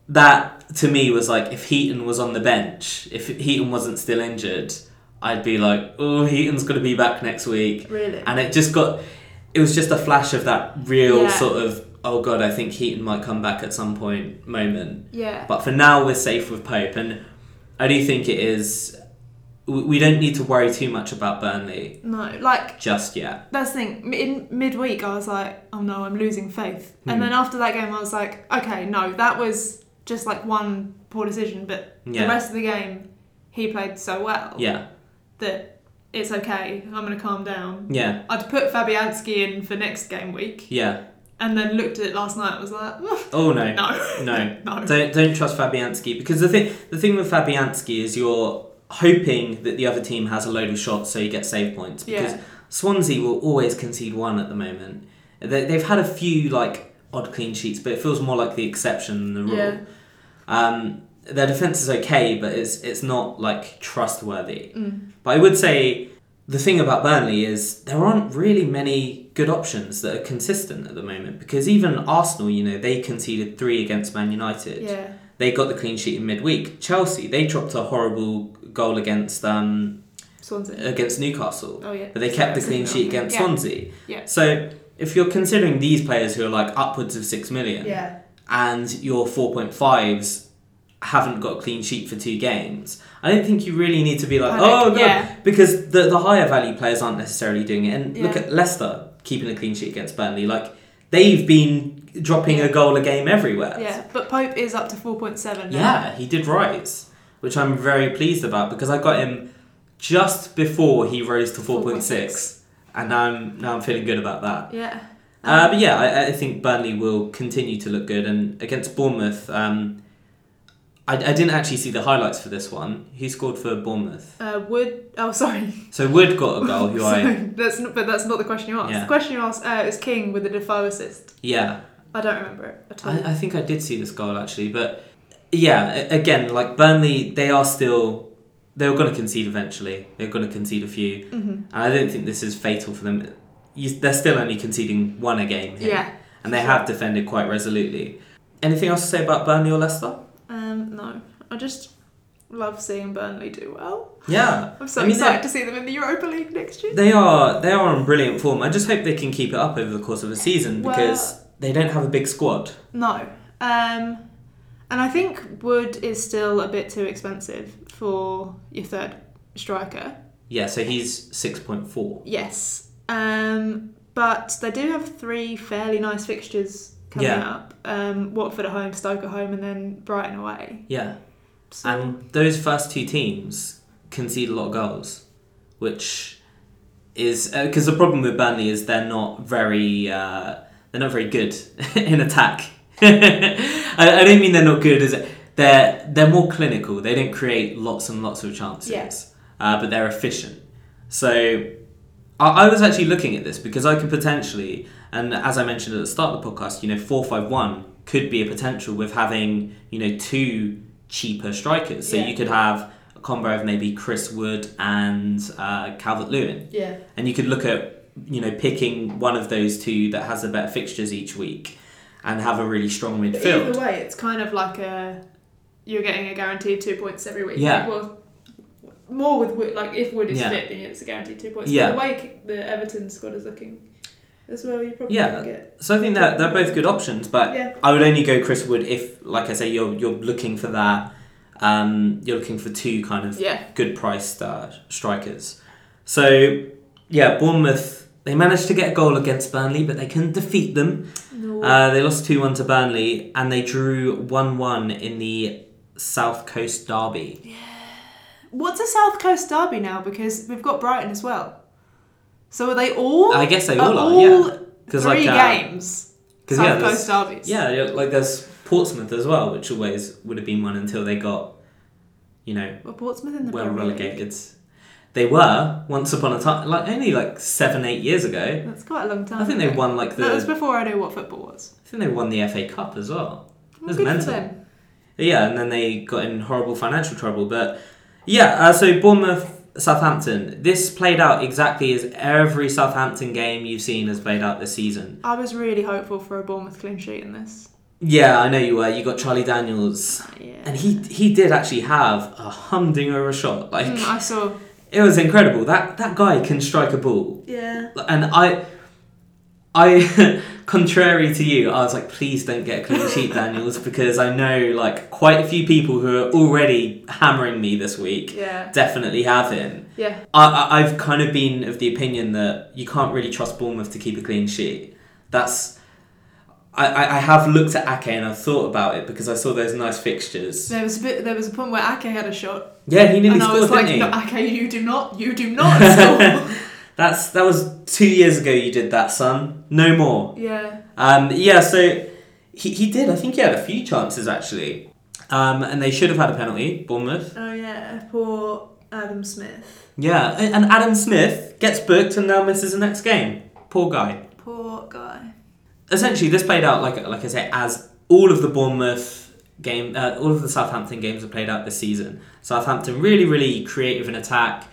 Speaker 1: that to me was like if Heaton was on the bench, if Heaton wasn't still injured, I'd be like, oh, Heaton's gonna be back next week,
Speaker 2: really.
Speaker 1: and it just got, it was just a flash of that real
Speaker 2: Yeah.
Speaker 1: sort of oh god, I think Heaton might come back at some point moment.
Speaker 2: yeah.
Speaker 1: But for now, we're safe with Pope, and I do think it is. We we don't need to worry too much about Burnley
Speaker 2: No, like
Speaker 1: just yet.
Speaker 2: that's the thing. M- In midweek, I was like, "Oh no, I'm losing faith."
Speaker 1: Hmm.
Speaker 2: And then after that game, I was like, "Okay, no, that was just like one poor decision, but
Speaker 1: Yeah.
Speaker 2: the rest of the game, he played so well
Speaker 1: Yeah,
Speaker 2: that it's okay. I'm gonna calm down."
Speaker 1: yeah,
Speaker 2: I'd put Fabianski in for next game week,
Speaker 1: yeah.
Speaker 2: and then looked at it last night. and Was like, "Mm,
Speaker 1: Oh no,
Speaker 2: "No,
Speaker 1: no.
Speaker 2: no."
Speaker 1: Don't don't trust Fabianski because the thing the thing with Fabianski is you're hoping that the other team has a load of shots so you get save points because
Speaker 2: Yeah.
Speaker 1: Swansea will always concede one at the moment. They, they've had a few like odd clean sheets, but it feels more like the exception than the rule.
Speaker 2: Yeah.
Speaker 1: Um, their defense is okay, but it's it's not like trustworthy. But I would say the thing about Burnley is there aren't really many good options that are consistent at the moment because even Arsenal, you know, they conceded three against Man United.
Speaker 2: Yeah,
Speaker 1: They got the clean sheet in midweek. Chelsea, they dropped a horrible goal against um,
Speaker 2: Swansea.
Speaker 1: against Newcastle,
Speaker 2: Oh yeah.
Speaker 1: but they kept the
Speaker 2: Sorry, I
Speaker 1: clean
Speaker 2: was
Speaker 1: sheet
Speaker 2: thinking
Speaker 1: against
Speaker 2: about-
Speaker 1: Swansea.
Speaker 2: Yeah.
Speaker 1: So if you're considering these players who are like upwards of six
Speaker 2: Yeah.
Speaker 1: million,
Speaker 2: Yeah.
Speaker 1: and your 4.5s haven't got a clean sheet for two games, I don't think you really need to be like,
Speaker 2: Panic,
Speaker 1: oh, no,
Speaker 2: yeah.
Speaker 1: because the, the higher value players aren't necessarily doing it. And look
Speaker 2: Yeah.
Speaker 1: at Leicester keeping a clean sheet against Burnley. Like, they've been dropping a goal a game everywhere.
Speaker 2: Yeah, but Pope is up to 4.7 now.
Speaker 1: Yeah, he did rise, which I'm very pleased about because I got him just before he rose to 4.6. and now I'm now I'm feeling good about that.
Speaker 2: Yeah. Um,
Speaker 1: Uh, but yeah, I, I think Burnley will continue to look good, and against Bournemouth, um, I, I didn't actually see the highlights for this one. Who scored for Bournemouth?
Speaker 2: Uh, Wood. Oh, sorry.
Speaker 1: So Wood got a goal. Oh, Who
Speaker 2: Sorry,
Speaker 1: I
Speaker 2: That's not, but that's not the question you asked.
Speaker 1: Yeah.
Speaker 2: The question you asked uh, is King with the Defoe assist.
Speaker 1: yeah,
Speaker 2: I don't remember it at all.
Speaker 1: I, I think I did see this goal actually, but yeah, a- again, like Burnley, they are still they were going to concede eventually. They're going to concede a few,
Speaker 2: hmm
Speaker 1: and I don't think this is fatal for them. You, they're still only conceding one a game here,
Speaker 2: Yeah.
Speaker 1: and they have defended quite resolutely. Anything else to say about Burnley or Leicester?
Speaker 2: Um, no. I just love seeing Burnley do well.
Speaker 1: Yeah,
Speaker 2: I'm so
Speaker 1: I mean,
Speaker 2: excited
Speaker 1: they're-
Speaker 2: to see them in the Europa League next year.
Speaker 1: they are they are in brilliant form. I just hope they can keep it up over the course of a season
Speaker 2: Well-
Speaker 1: because they don't have a big squad.
Speaker 2: No. Um, and I think Wood is still a bit too expensive for your third striker.
Speaker 1: Yeah, so he's six point four.
Speaker 2: Yes. Um, but they do have three fairly nice fixtures coming
Speaker 1: Yeah.
Speaker 2: up. Um, Watford at home, Stoke at home, and then Brighton away.
Speaker 1: Yeah.
Speaker 2: So,
Speaker 1: And those first two teams concede a lot of goals, which is because the problem with Burnley is they're not very uh, they're not very good in attack. I, I don't mean they're not good as they're they're more clinical. They don't create lots and lots of chances,
Speaker 2: Yeah.
Speaker 1: uh, but they're efficient. So I, I was actually looking at this because I could potentially, and as I mentioned at the start of the podcast, you know, four five one could be a potential with having you know two cheaper strikers. So
Speaker 2: Yeah.
Speaker 1: you could have a combo of maybe Chris Wood and uh, Calvert Lewin
Speaker 2: yeah.
Speaker 1: and you could look at you know picking one of those two that has the better fixtures each week and have a really strong
Speaker 2: But
Speaker 1: midfield
Speaker 2: either way, it's kind of like a you're getting a guaranteed two points every week.
Speaker 1: Yeah.
Speaker 2: Well, more with Wood, like if Wood is
Speaker 1: Yeah.
Speaker 2: fit, then it's a guaranteed two points.
Speaker 1: Yeah.
Speaker 2: The way the Everton squad is looking as well, you probably
Speaker 1: Yeah.
Speaker 2: gonna get.
Speaker 1: so i think that they're both good options but
Speaker 2: Yeah.
Speaker 1: i would only go chris wood if like i say you're you're looking for that um, you're looking for two kind of
Speaker 2: Yeah.
Speaker 1: good priced uh, strikers so yeah bournemouth they managed to get a goal against burnley but they couldn't defeat them
Speaker 2: No.
Speaker 1: Uh, they lost 2 1 to Burnley and they drew 1 1 in the South Coast Derby.
Speaker 2: What's a South Coast derby now? Because we've got Brighton as well. So are they all?
Speaker 1: I guess Uh, they all are, yeah.
Speaker 2: Three
Speaker 1: 'Cause, like, uh,
Speaker 2: games.
Speaker 1: 'cause,
Speaker 2: South
Speaker 1: yeah,
Speaker 2: Coast
Speaker 1: there's-
Speaker 2: derbies.
Speaker 1: Yeah, yeah, like there's Portsmouth as well, which always would have been one until they got, you know,
Speaker 2: Well, Portsmouth in the
Speaker 1: well
Speaker 2: Premier League.
Speaker 1: relegated. They were once upon a time, like only like seven, eight years ago.
Speaker 2: That's quite a long time.
Speaker 1: I think they
Speaker 2: ago.
Speaker 1: won like
Speaker 2: That was
Speaker 1: the.
Speaker 2: before I knew what football was.
Speaker 1: I think they won the FA Cup as well.
Speaker 2: Well,
Speaker 1: That's
Speaker 2: good
Speaker 1: mental.
Speaker 2: for them.
Speaker 1: Yeah, and then they got in horrible financial trouble. But yeah, uh, so Bournemouth, Southampton. This played out exactly as every Southampton game you've seen has played out this season.
Speaker 2: I was really hopeful for a Bournemouth clean sheet in this.
Speaker 1: Yeah, I know you were. You got Charlie Daniels,
Speaker 2: Yeah.
Speaker 1: and he he did actually have a humdinger of a shot. Like
Speaker 2: Mm, I saw.
Speaker 1: it was incredible. That that guy can strike a ball,
Speaker 2: Yeah.
Speaker 1: and I. I, contrary to you, I was like, please don't get a clean sheet, Daniels, because I know like quite a few people who are already hammering me this week.
Speaker 2: Yeah.
Speaker 1: definitely have him.
Speaker 2: Yeah.
Speaker 1: I, I, I've kind of been of the opinion that you can't really trust Bournemouth to keep a clean sheet. That's. I, I, I have looked at Ake and I've thought about it because I saw those nice fixtures.
Speaker 2: There was a bit. There was a point where Ake had a shot,
Speaker 1: Yeah, he nearly
Speaker 2: and I was
Speaker 1: scored,
Speaker 2: like,
Speaker 1: didn't
Speaker 2: no,
Speaker 1: he?
Speaker 2: "Ake, you do not, you do not score."
Speaker 1: That's that was two years ago. You did that, son. No more.
Speaker 2: yeah.
Speaker 1: Um, yeah, so he, he did. I think he had a few chances actually, um, and they should have had a penalty. Bournemouth.
Speaker 2: Oh yeah. Poor Adam Smith.
Speaker 1: Yeah, a- and Adam Smith gets booked and now misses the next game. Poor guy.
Speaker 2: Poor guy.
Speaker 1: essentially this played out like like I say as all of the Bournemouth game uh, all of the Southampton games have played out this season. Southampton really really creative in attack,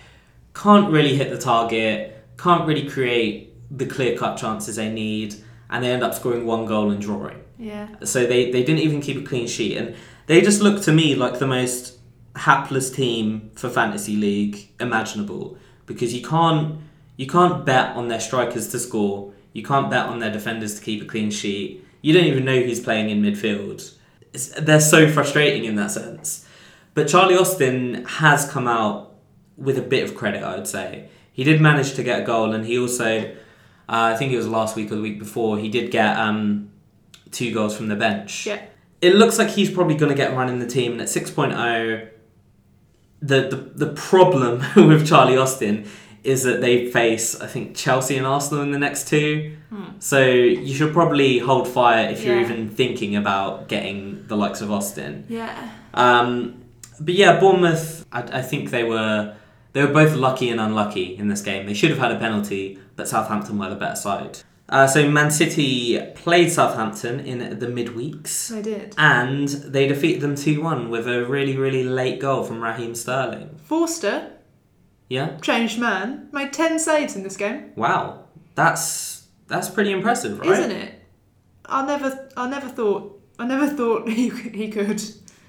Speaker 1: can't really hit the target, can't really create the clear cut chances they need, and they end up scoring one goal and drawing.
Speaker 2: Yeah.
Speaker 1: So they they didn't even keep a clean sheet, and they just look to me like the most hapless team for fantasy league imaginable because you can't you can't bet on their strikers to score, you can't bet on their defenders to keep a clean sheet. You don't even know who's playing in midfield. It's, they're so frustrating in that sense. But Charlie Austin has come out with a bit of credit, I would say. He did manage to get a goal, and he also, uh, I think it was last week or the week before, he did get um, two goals from the bench.
Speaker 2: Yeah.
Speaker 1: It looks like he's probably going to get run in the team, and oh, at 6.0, the, the, the problem with Charlie Austin is that they face, I think, Chelsea and Arsenal in the next two.
Speaker 2: Hmm.
Speaker 1: So you should probably hold fire if you're
Speaker 2: Yeah.
Speaker 1: even thinking about getting the likes of Austin.
Speaker 2: Yeah.
Speaker 1: Um, but yeah, Bournemouth. I, I think they were they were both lucky and unlucky in this game. They should have had a penalty, but Southampton were the better side. Uh, so Man City played Southampton in the midweeks,
Speaker 2: So I did.
Speaker 1: and they defeated them two one with a really really late goal from Raheem Sterling.
Speaker 2: Forster,
Speaker 1: Yeah,
Speaker 2: changed man, made 10 saves in this game,
Speaker 1: wow, that's that's pretty impressive, right?
Speaker 2: isn't it? I never I never thought I never thought he, he could.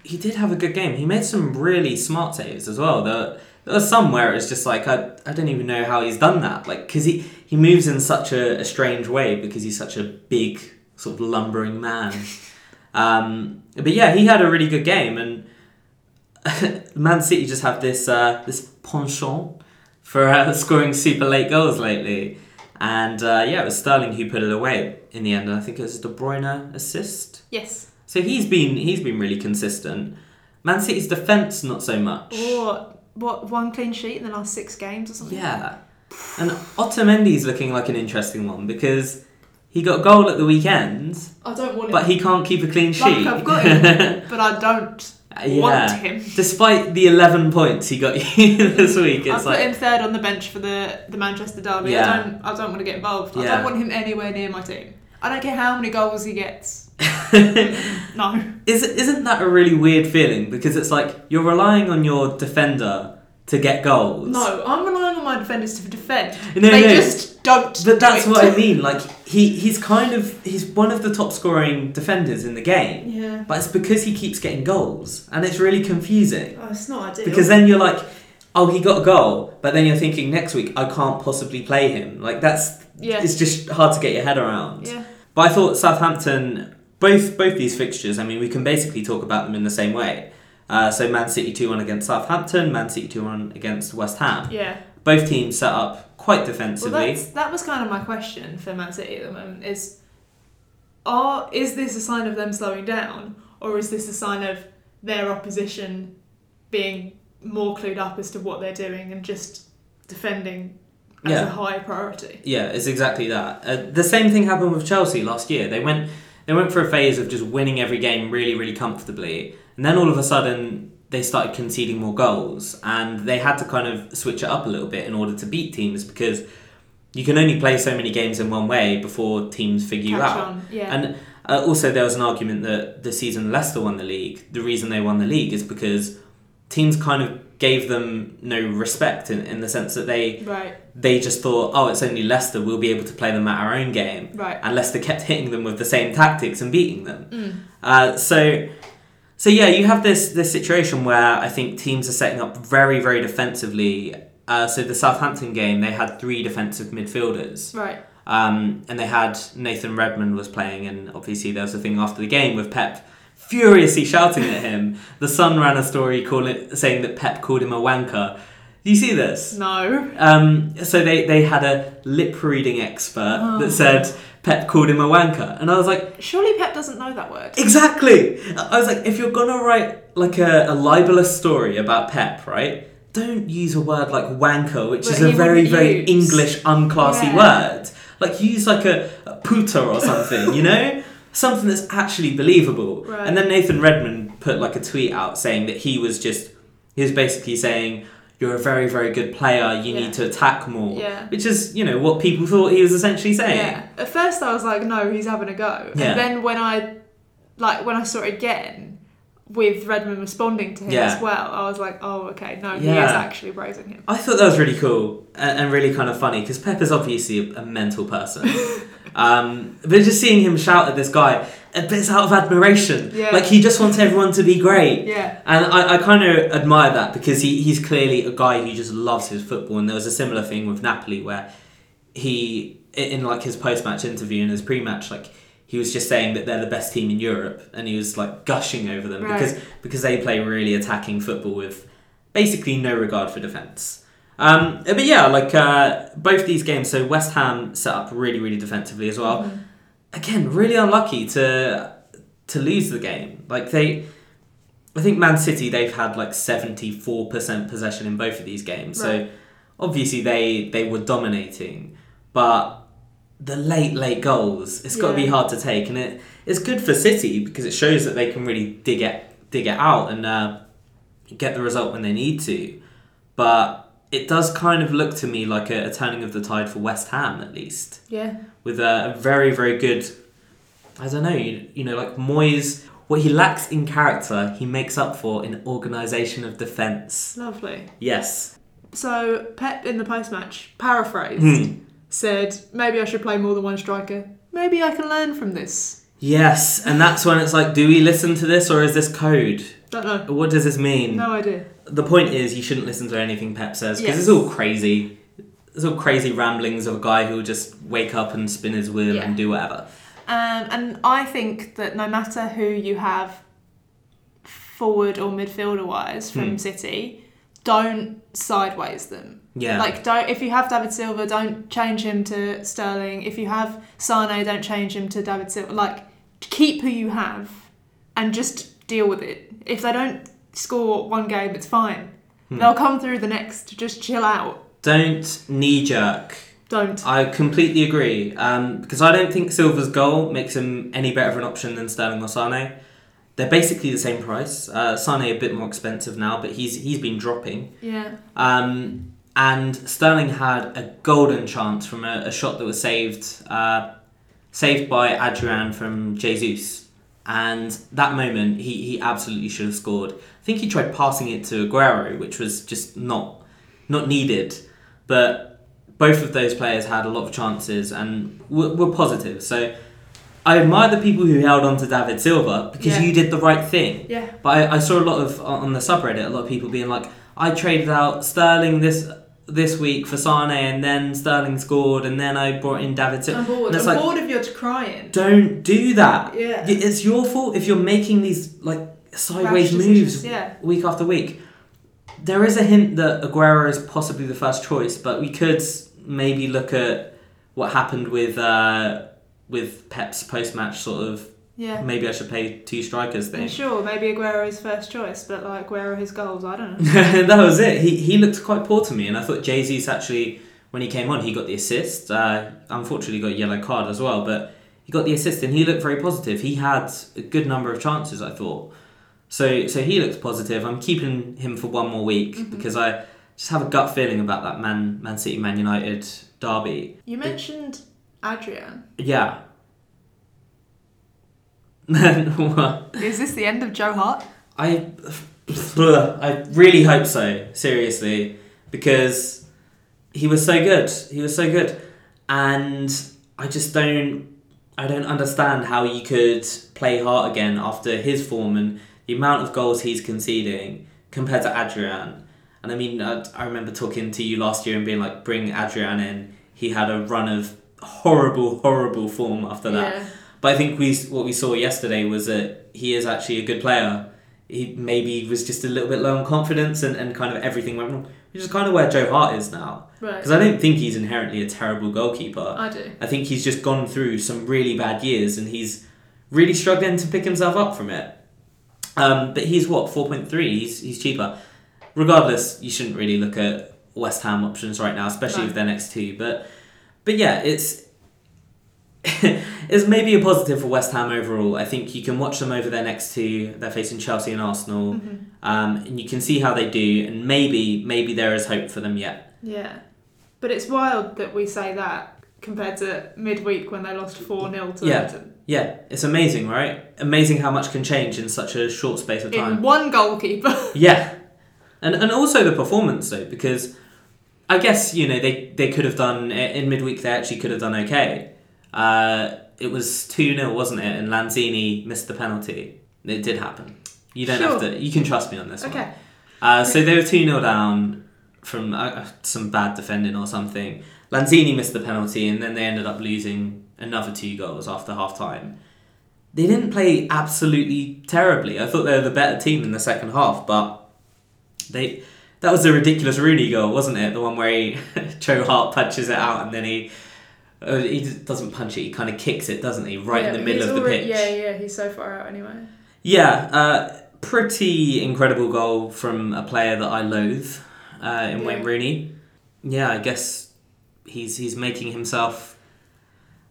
Speaker 1: He did have a good game. He made some really smart saves as well. There, there was some where it was just like, I, I don't even know how he's done that. Like, because he, he moves in such a, a strange way because he's such a big, sort of lumbering man. um, but yeah, he had a really good game. And Man City just have this, uh, this penchant for uh, scoring super late goals lately. And uh, yeah, it was Sterling who put it away in the end. And I think it was a De Bruyne assist.
Speaker 2: Yes.
Speaker 1: So he's been he's been really consistent. Man City's defense not so much.
Speaker 2: Or what one clean sheet in the last 6 games or something.
Speaker 1: Yeah, and Otamendi's looking like an interesting one because he got a goal at the weekend,
Speaker 2: I don't want him.
Speaker 1: but he can't keep a clean sheet.
Speaker 2: Like I've got him, but I don't want
Speaker 1: yeah.
Speaker 2: him.
Speaker 1: Despite the eleven points he got this week,
Speaker 2: I
Speaker 1: it's
Speaker 2: put
Speaker 1: like
Speaker 2: him third on the bench for the, the Manchester derby.
Speaker 1: Yeah.
Speaker 2: I don't I don't want to get involved. I
Speaker 1: Yeah.
Speaker 2: don't want him anywhere near my team. I don't care how many goals he gets. no.
Speaker 1: Is, isn't that a really weird feeling? Because it's like you're relying on your defender to get goals.
Speaker 2: No, I'm relying on my defenders to defend.
Speaker 1: No,
Speaker 2: they
Speaker 1: no.
Speaker 2: just don't.
Speaker 1: But that's
Speaker 2: do it.
Speaker 1: what I mean. Like he, he's kind of he's one of the top scoring defenders in the game,
Speaker 2: Yeah,
Speaker 1: but it's because he keeps getting goals, and it's really confusing.
Speaker 2: oh, it's not ideal.
Speaker 1: Because then you're like, oh, he got a goal, but then you're thinking next week I can't possibly play him. Like that's
Speaker 2: yeah,
Speaker 1: it's just hard to get your head around.
Speaker 2: yeah,
Speaker 1: But I thought Southampton, both both these fixtures. I mean, we can basically talk about them in the same way. Uh, so Man City two one against Southampton, Man City two one against West Ham.
Speaker 2: yeah.
Speaker 1: Both teams set up quite
Speaker 2: Well,
Speaker 1: defensively.
Speaker 2: that's, that was kind of my question for Man City at the moment: is are is this a sign of them slowing down, or is this a sign of their opposition being more clued up as to what they're doing and just defending as
Speaker 1: Yeah.
Speaker 2: a high priority?
Speaker 1: Yeah, it's exactly that. Uh, the same thing happened with Chelsea last year. They went they went for a phase of just winning every game really really comfortably, and then all of a sudden they started conceding more goals, and they had to kind of switch it up a little bit in order to beat teams because you can only play so many games in one way before teams figure you
Speaker 2: Catch
Speaker 1: out.
Speaker 2: on, yeah.
Speaker 1: And uh, also, there was an argument that the season Leicester won the league, the reason they won the league is because teams kind of gave them no respect in, in the sense that they
Speaker 2: right,
Speaker 1: they just thought, oh, it's only Leicester, we'll be able to play them at our own game.
Speaker 2: right.
Speaker 1: And Leicester kept hitting them with the same tactics and beating them.
Speaker 2: Mm.
Speaker 1: Uh, so, so yeah, you have this this situation where I think teams are setting up very, very defensively. Uh, so the Southampton game, they had three defensive midfielders,
Speaker 2: Right.
Speaker 1: um, and they had Nathan Redmond was playing, and obviously there was a thing after the game with Pep furiously shouting at him. The Sun ran a story calling saying that Pep called him a wanker. Do you see this?
Speaker 2: No.
Speaker 1: Um, so they, they had a lip reading expert
Speaker 2: Oh.
Speaker 1: that said Pep called him a wanker, and I was like,
Speaker 2: Surely Pep doesn't know that word.
Speaker 1: exactly. I was like, if you're gonna write like a, a libelous story about Pep, right? Don't use a word like wanker, which
Speaker 2: That
Speaker 1: is a
Speaker 2: he
Speaker 1: very
Speaker 2: wouldn't
Speaker 1: very
Speaker 2: use.
Speaker 1: English unclassy
Speaker 2: Yeah.
Speaker 1: word. Like use like a, a puta or something, you know. Something that's actually believable.
Speaker 2: Right.
Speaker 1: And then Nathan Redmond put like a tweet out saying that he was just, he was basically saying, You're a very, very good player, you
Speaker 2: Yeah.
Speaker 1: need to attack more
Speaker 2: Yeah.
Speaker 1: which is you know what people thought he was essentially saying.
Speaker 2: Yeah. At first, I was like, no, he's having a go.
Speaker 1: Yeah.
Speaker 2: And then when I, like, when I saw it again, with Redmond responding to him
Speaker 1: Yeah.
Speaker 2: as well, I was like, oh, okay, no, he
Speaker 1: Yeah.
Speaker 2: is actually praising him.
Speaker 1: I thought that was really cool and, and really kind of funny because Pepper's obviously a, a mental person, um, but just seeing him shout at this guy, a bit out of admiration.
Speaker 2: Yeah.
Speaker 1: Like he just wants everyone to be great.
Speaker 2: Yeah.
Speaker 1: And I, I kind of admire that because he, he's clearly a guy who just loves his football. And there was a similar thing with Napoli where he, i- in like his post match interview and his pre match, like he was just saying that they're the best team in Europe and he was like gushing over them
Speaker 2: Right.
Speaker 1: because, because they play really attacking football with basically no regard for defence. Um, but yeah, like uh, both these games, so West Ham set up really, really defensively as well. Again, really unlucky to to lose the game. Like they, I think Man City they've had like seventy four percent possession in both of these games. So obviously they they were dominating, but the late late goals it's got to be
Speaker 2: Yeah.
Speaker 1: hard to take, and it it's good for City because it shows that they can really dig it dig it out and uh, get the result when they need to, but it does kind of look to me like a, a turning of the tide for West Ham at least
Speaker 2: Yeah.
Speaker 1: with a, a very very good I don't know you, you know like Moyes what he lacks in character he makes up for in organization of defense
Speaker 2: Lovely.
Speaker 1: yes
Speaker 2: So Pep in the post match, paraphrased,
Speaker 1: Hmm.
Speaker 2: said, Maybe I should play more than one striker. Maybe I can learn from this.
Speaker 1: yes and that's when it's like do we listen to this or is this code
Speaker 2: Don't know.
Speaker 1: what does this mean
Speaker 2: No idea.
Speaker 1: the point is you shouldn't listen to anything Pep says because
Speaker 2: Yes.
Speaker 1: it's all crazy it's all crazy ramblings of a guy who will just wake up and spin his wheel
Speaker 2: Yeah.
Speaker 1: and do whatever
Speaker 2: Um, and I think that no matter who you have forward or midfielder wise from
Speaker 1: Hmm.
Speaker 2: City, don't sideways them.
Speaker 1: yeah
Speaker 2: Like don't if you have David Silva, don't change him to Sterling. If you have Sane, don't change him to David Silva. Like keep who you have and just deal with it. If they don't score one game, it's fine.
Speaker 1: Hmm.
Speaker 2: They'll come through the next. Just chill out.
Speaker 1: don't knee jerk
Speaker 2: Don't.
Speaker 1: I completely agree um, because I don't think Silva's goal makes him any better of an option than Sterling or Sane. They're basically the same price. Uh, Sane a bit more expensive now, but he's he's been dropping.
Speaker 2: Yeah.
Speaker 1: Um, and Sterling had a golden chance from a, a shot that was saved uh, saved by Adrian from Jesus. And that moment, he, he absolutely should have scored. I think he tried passing it to Aguero, which was just not not needed. But both of those players had a lot of chances and were, were positive. So I admire the people who held on to David Silva because
Speaker 2: Yeah.
Speaker 1: you did the right thing.
Speaker 2: Yeah.
Speaker 1: But I, I saw a lot of uh, on the subreddit, a lot of people being like, I traded out Sterling this this week for Sane, and then Sterling scored, and then I brought in David Silva.
Speaker 2: I'm bored.
Speaker 1: And it's
Speaker 2: I'm
Speaker 1: like-
Speaker 2: bored of your crying.
Speaker 1: Don't do that.
Speaker 2: Yeah.
Speaker 1: Y- It's your fault if you're making these like sideways
Speaker 2: Rash
Speaker 1: moves
Speaker 2: decisions, Yeah.
Speaker 1: week after week. There is a hint that Aguero is possibly the first choice, but we could maybe look at what happened with uh, with Pep's post match sort of
Speaker 2: Yeah.
Speaker 1: maybe I should pay two strikers thing.
Speaker 2: And sure, maybe Aguero is first choice, but like, where are his goals? I don't know.
Speaker 1: that was it. He he looked quite poor to me, and I thought Jay Z's actually when he came on, he got the assist. Uh, unfortunately, got a yellow card as well, but he got the assist, and he looked very positive. He had a good number of chances, I thought. So so he looks positive. I'm keeping him for one more week
Speaker 2: Mhm.
Speaker 1: because I just have a gut feeling about that Man Man City Man United derby.
Speaker 2: You mentioned Adrian.
Speaker 1: Yeah. I
Speaker 2: Is this the end of Joe Hart?
Speaker 1: I really hope so. Seriously, because he was so good. He was so good, and I just don't. I don't understand how you could play Hart again after his form and the amount of goals he's conceding compared to Adrian. And I mean, I, I remember talking to you last year and being like, "Bring Adrian in." He had a run of horrible, horrible form after that.
Speaker 2: Yeah.
Speaker 1: But I think we what we saw yesterday was that he is actually a good player. He maybe was just a little bit low on confidence and, and kind of everything went wrong, which is kind of where Joe Hart is now.
Speaker 2: Right.
Speaker 1: Because I don't think he's inherently a terrible goalkeeper.
Speaker 2: I do.
Speaker 1: I think he's just gone through some really bad years and he's really struggling to pick himself up from it. Um, but he's what, 4.3? He's, he's cheaper. Regardless, you shouldn't really look at West Ham options right now, especially
Speaker 2: No.
Speaker 1: if they're next two. But, but yeah, it's. it's maybe a positive for West Ham overall. I think you can watch them over their next two. They're facing Chelsea and Arsenal,
Speaker 2: Mhm.
Speaker 1: um, and you can see how they do. And maybe, maybe there is hope for them yet.
Speaker 2: Yeah. But it's wild that we say that compared to midweek when they lost 4 0 to
Speaker 1: Yeah.
Speaker 2: Everton.
Speaker 1: Yeah, it's amazing, right? Amazing how much can change in such a short space of time.
Speaker 2: In one goalkeeper.
Speaker 1: Yeah, and and also the performance though, because I guess you know they they could have done eh, in midweek. They actually could have done okay. Uh, it was two 0 wasn't it? And Lanzini missed the penalty. It did happen. You don't have
Speaker 2: Sure.
Speaker 1: to. You can trust me on this one.
Speaker 2: okay.
Speaker 1: Uh, so they were two 0 down from uh, some bad defending or something. Lanzini missed the penalty, and then they ended up losing another two goals after half time. They didn't play absolutely terribly. I thought they were the better team in the second half, but they that was a ridiculous Rooney goal, wasn't it? The one where he, Joe Hart punches it out, and then he uh, he just doesn't punch it. He kind of kicks it, doesn't he? Right in the middle of the pitch.
Speaker 2: Yeah, yeah, he's so far out anyway.
Speaker 1: Yeah, uh, pretty incredible goal from a player that I loathe uh, in Wayne
Speaker 2: Yeah.
Speaker 1: Rooney. yeah, I guess he's he's making himself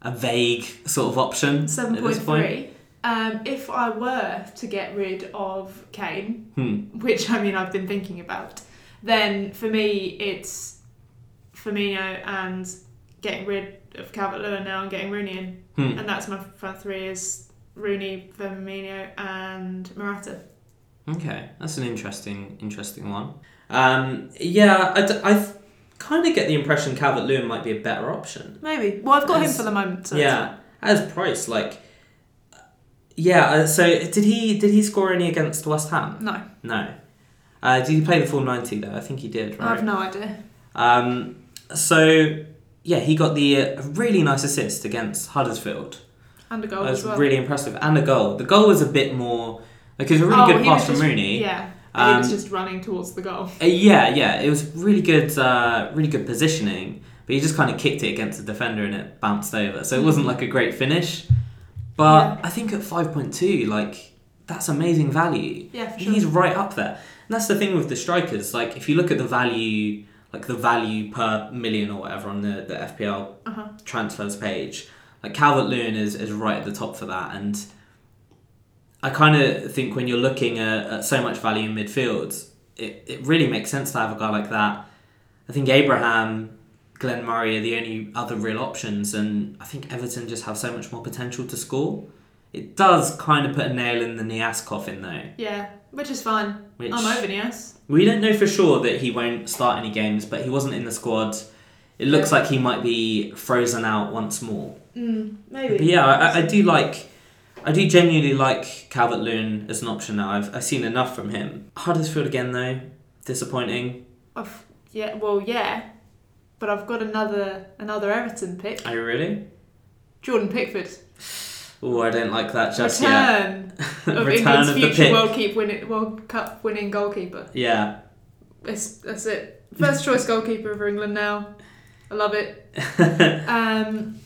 Speaker 1: a vague sort of option
Speaker 2: Seven
Speaker 1: at
Speaker 2: point
Speaker 1: this point.
Speaker 2: three. Um, if I were to get rid of Kane,
Speaker 1: Hmm.
Speaker 2: which I mean I've been thinking about, then for me it's Firmino and getting rid of Calvert-Lewin now and getting Rooney in,
Speaker 1: Hmm.
Speaker 2: and that's my front three is Rooney, Firmino, and Morata.
Speaker 1: Okay, that's an interesting interesting one. Um, yeah, I, d- I th- kind of get the impression Calvert Lewin might be a better option.
Speaker 2: Maybe. Well, I've got him
Speaker 1: Yes.
Speaker 2: for the moment. So it's-
Speaker 1: yeah, as price like. Yeah, uh, so did he did he score any against West Ham?
Speaker 2: No,
Speaker 1: No. Uh, did he play the full ninety though? I think he did,
Speaker 2: I have
Speaker 1: right?
Speaker 2: no idea.
Speaker 1: Um, so yeah, he got the uh, really nice assist against Huddersfield.
Speaker 2: And a goal
Speaker 1: That was
Speaker 2: as Oh, well.
Speaker 1: really impressive. And the goal. The goal was a bit more like it was a really
Speaker 2: Oh,
Speaker 1: good
Speaker 2: he was
Speaker 1: pass from
Speaker 2: just-
Speaker 1: Rooney.
Speaker 2: Yeah. he
Speaker 1: Um,
Speaker 2: was just running towards the goal.
Speaker 1: uh, yeah, yeah. It was really good, uh, really good positioning. But he just kind of kicked it against the defender and it bounced over. So it
Speaker 2: Mm.
Speaker 1: wasn't like a great finish. But I think at five point two, like that's amazing value.
Speaker 2: Yeah, for sure.
Speaker 1: He's right up there. And that's the thing with the strikers. Like if you look at the value, like the value per million or whatever on the the FPL
Speaker 2: Uh-huh.
Speaker 1: transfers page. Like Calvert Lewin is, is right at the top for that. And I kind of think when you're looking at, at so much value in midfield, it, it really makes sense to have a guy like that. I think Abraham, Glenn Murray are the only other real options. And I think Everton just have so much more potential to score. It does kind of put a nail in the Nias coffin, though.
Speaker 2: Yeah, which is fine.
Speaker 1: Which
Speaker 2: I'm over Nias.
Speaker 1: we don't know for sure that he won't start any games, but he wasn't in the squad. It looks like he might be frozen out once more.
Speaker 2: Mm, maybe.
Speaker 1: But yeah, I, I do like, I do genuinely like Calvert Lewin as an option now. I've, I've seen enough from him. Huddersfield again though, disappointing.
Speaker 2: I've, yeah, well, yeah, but I've got another another Everton pick.
Speaker 1: Are you really?
Speaker 2: Jordan Pickford.
Speaker 1: Oh, I don't like that just yet.
Speaker 2: Return of England's future
Speaker 1: pick.
Speaker 2: World, Keep winning, World Cup winning goalkeeper.
Speaker 1: Yeah,
Speaker 2: It's, that's it. First choice goalkeeper for England now. I love it. um,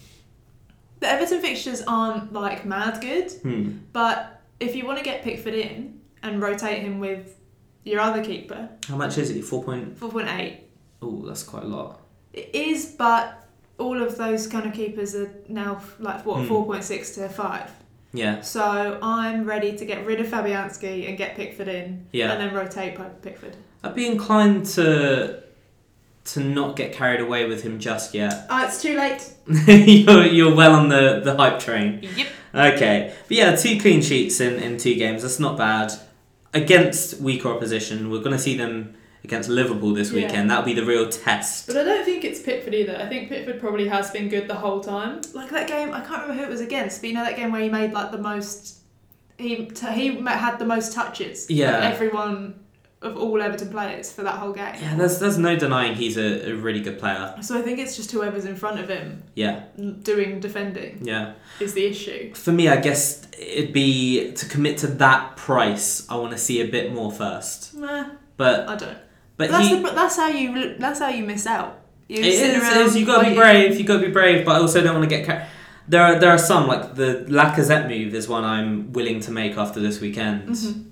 Speaker 2: the Everton fixtures aren't like mad good,
Speaker 1: hmm.
Speaker 2: but if you want to get Pickford in and rotate him with your other keeper,
Speaker 1: How much is it? Four point.
Speaker 2: 4.8,
Speaker 1: Oh, that's quite a lot.
Speaker 2: It is, but all of those kind of keepers are now f- like what
Speaker 1: Hmm.
Speaker 2: four point six to five.
Speaker 1: Yeah,
Speaker 2: So I'm ready to get rid of Fabianski and get Pickford in,
Speaker 1: yeah.
Speaker 2: and then rotate P- Pickford.
Speaker 1: I'd be inclined to to not get carried away with him just yet.
Speaker 2: Oh, it's too late.
Speaker 1: you're, you're well on the, the hype train.
Speaker 2: Yep.
Speaker 1: Okay, but yeah, two clean sheets in, in two games. That's not bad. Against weaker opposition, we're going to see them against Liverpool this
Speaker 2: Yeah.
Speaker 1: weekend. That'll be the real test.
Speaker 2: But I don't think it's Pickford either. I think Pickford probably has been good the whole time. Like that game, I can't remember who it was against, but you know that game where he made like the most. He t- he ma- had the most touches. of
Speaker 1: Yeah.
Speaker 2: everyone of all Everton players for that whole game.
Speaker 1: Yeah, there's there's no denying he's a, a really good player.
Speaker 2: So I think it's just whoever's in front of him
Speaker 1: Yeah,
Speaker 2: doing defending.
Speaker 1: yeah.
Speaker 2: is the issue.
Speaker 1: For me, I guess it'd be to commit to that price. I want to see a bit more first,
Speaker 2: Nah,
Speaker 1: but
Speaker 2: I don't.
Speaker 1: but
Speaker 2: that's
Speaker 1: he.
Speaker 2: the, that's how you that's how you miss out. You
Speaker 1: It is, it is. You gotta
Speaker 2: got
Speaker 1: be brave. You gotta be brave, but I also don't want to get. Car- there are there are some like the Lacazette move is one I'm willing to make after this weekend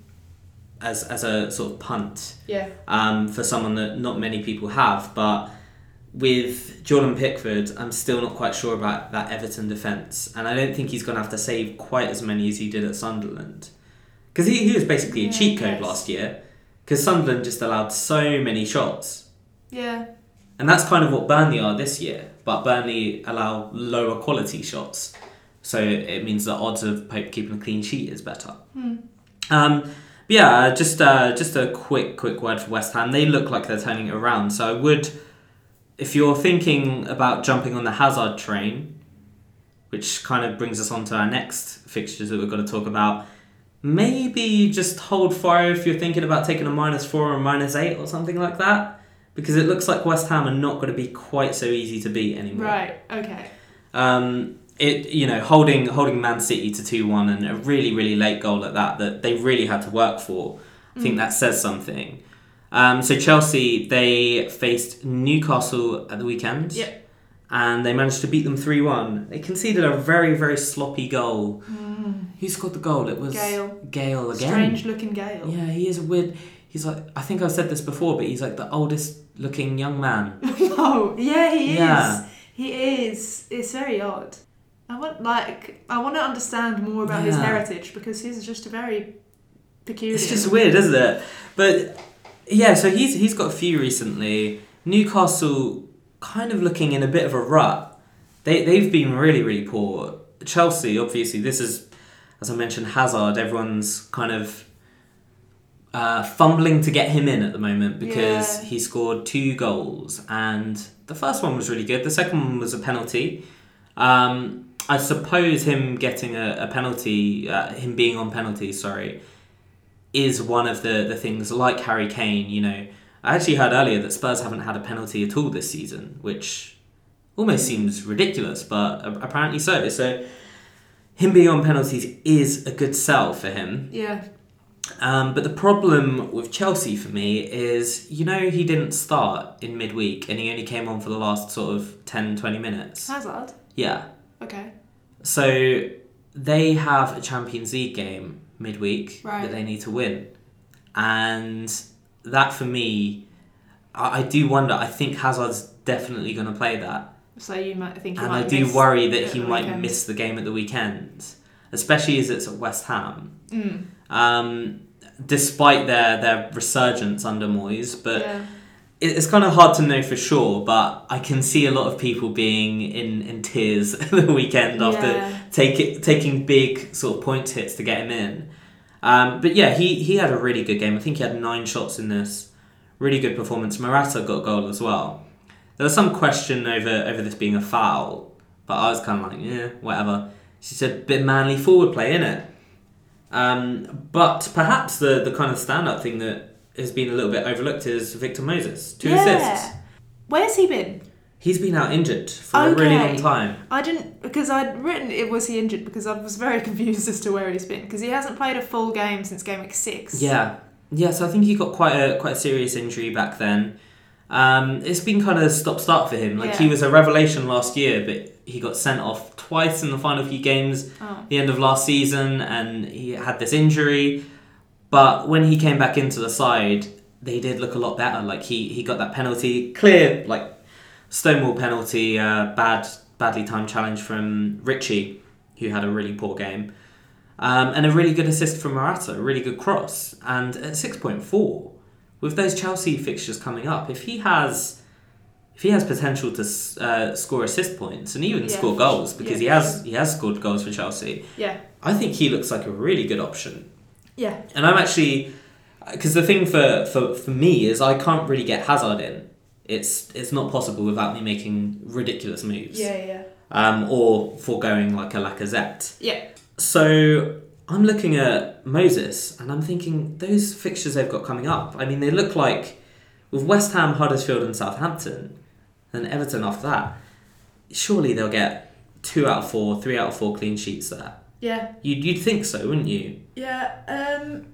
Speaker 1: as as a sort of punt
Speaker 2: Mm-hmm. Yeah,
Speaker 1: um, for someone that not many people have, but. With Jordan Pickford, I'm still not quite sure about that Everton defence, and I don't think he's going to have to save quite as many as he did at Sunderland. Because he, he was basically
Speaker 2: Yeah,
Speaker 1: a
Speaker 2: I
Speaker 1: cheat code
Speaker 2: guess.
Speaker 1: last year, because Sunderland just allowed so many shots.
Speaker 2: yeah,
Speaker 1: And that's kind of what Burnley are this year, but Burnley allow lower quality shots. So it means the odds of Pope keeping a clean sheet is better.
Speaker 2: Hmm.
Speaker 1: Um, but yeah, just uh, just a quick quick word for West Ham. They look like they're turning it around. So I would, if you're thinking about jumping on the Hazard train, which kind of brings us on to our next fixtures that we're going to talk about. Maybe just hold fire if you're thinking about taking a minus four or a minus eight or something like that because it looks like West Ham are not going to be quite so easy to beat anymore.
Speaker 2: right, okay,
Speaker 1: Um, it you know holding holding Man City to two one and a really really late goal at that that they really had to work for. I
Speaker 2: Mm.
Speaker 1: think that says something. Um, so Chelsea they faced Newcastle at the weekend.
Speaker 2: Yep.
Speaker 1: And they managed to beat them three one. They conceded a very very sloppy goal. Who scored the goal? It was
Speaker 2: Mm. Gale.
Speaker 1: Gale again.
Speaker 2: strange looking Gale.
Speaker 1: Yeah, he is a weird. He's like I think I've said this before, but he's like the oldest looking young man.
Speaker 2: oh, yeah, he
Speaker 1: Yeah.
Speaker 2: is. He is. It's very odd. I want like I want to understand more about his
Speaker 1: Yeah.
Speaker 2: heritage because he's just a very peculiar.
Speaker 1: It's just weird, isn't it? But yeah, so he's he's got a few recently. Newcastle kind of looking in a bit of a rut. They they've been really really poor. Chelsea obviously this is as I mentioned Hazard. Everyone's kind of uh, fumbling to get him in at the moment because
Speaker 2: Yeah.
Speaker 1: he scored two goals and the first one was really good. The second one was a penalty. Um, I suppose him getting a, a penalty, uh, him being on penalty, sorry, is one of the, the things like Harry Kane, you know. I actually heard earlier that Spurs haven't had a penalty at all this season, which almost seems ridiculous, but a- apparently so. So him being on penalties is a good sell for him.
Speaker 2: Yeah.
Speaker 1: Um, but the problem with Chelsea for me is, you know, he didn't start in midweek and he only came on for the last sort of 10, 20 minutes.
Speaker 2: Hazard.
Speaker 1: Yeah.
Speaker 2: Okay.
Speaker 1: So they have a Champions League game midweek
Speaker 2: Right.
Speaker 1: that they need to win. And that for me, I, I do wonder. I think Hazard's definitely going to play that.
Speaker 2: So you might think. He
Speaker 1: And
Speaker 2: might
Speaker 1: I do
Speaker 2: miss
Speaker 1: worry
Speaker 2: it
Speaker 1: that
Speaker 2: at
Speaker 1: he
Speaker 2: the
Speaker 1: might
Speaker 2: weekend.
Speaker 1: miss the game at the weekend, especially as it's at West Ham.
Speaker 2: Mm.
Speaker 1: Um, despite their, their resurgence under Moyes, but
Speaker 2: yeah.
Speaker 1: it, it's kind of hard to know for sure. But I can see a lot of people being in, in tears at the weekend after
Speaker 2: Yeah.
Speaker 1: take it, taking big sort of points hits to get him in. Um, but yeah, he, he had a really good game. I think he had nine shots in this. Really good performance. Morata got a goal as well. There was some question over, over this being a foul, but I was kind of like, yeah, whatever. She said, bit manly forward play, innit? Um, but perhaps the, the kind of stand up thing that has been a little bit overlooked is Victor Moses. Two
Speaker 2: Yeah.
Speaker 1: assists.
Speaker 2: Where's he been?
Speaker 1: He's been out injured for a really
Speaker 2: Okay.
Speaker 1: long time.
Speaker 2: I didn't because I'd written it was he injured because I was very confused as to where he's been because he hasn't played a full game since game week six.
Speaker 1: Yeah, yeah. So I think he got quite a quite a serious injury back then. Um, it's been kind of stop start for him. Like he
Speaker 2: Yeah.
Speaker 1: was a revelation last year, but he got sent off twice in the final few games,
Speaker 2: Oh.
Speaker 1: the end of last season, and he had this injury. But when he came back into the side, they did look a lot better. Like he he got that penalty clear, like Stonewall penalty, uh, bad badly timed challenge from Richie, who had a really poor game. Um, and a really good assist from Morata, a really good cross. And at 6.4, with those Chelsea fixtures coming up, if he has if he has potential to s- uh, score assist points and even
Speaker 2: Yeah.
Speaker 1: score goals because
Speaker 2: Yeah.
Speaker 1: he has he has scored goals for Chelsea,
Speaker 2: Yeah.
Speaker 1: I think he looks like a really good option.
Speaker 2: Yeah.
Speaker 1: And I'm actually, because the thing for, for, for me is I can't really get Hazard in. It's it's not possible without me making ridiculous moves,
Speaker 2: Yeah.
Speaker 1: um, or foregoing like a Lacazette.
Speaker 2: Yeah.
Speaker 1: So I'm looking at Moses and I'm thinking those fixtures they've got coming up. I mean, they look like with West Ham, Huddersfield, and Southampton, and Everton after that. Surely they'll get two out of four, three out of four clean sheets there.
Speaker 2: Yeah.
Speaker 1: You'd, you'd think so, wouldn't you?
Speaker 2: Yeah, um,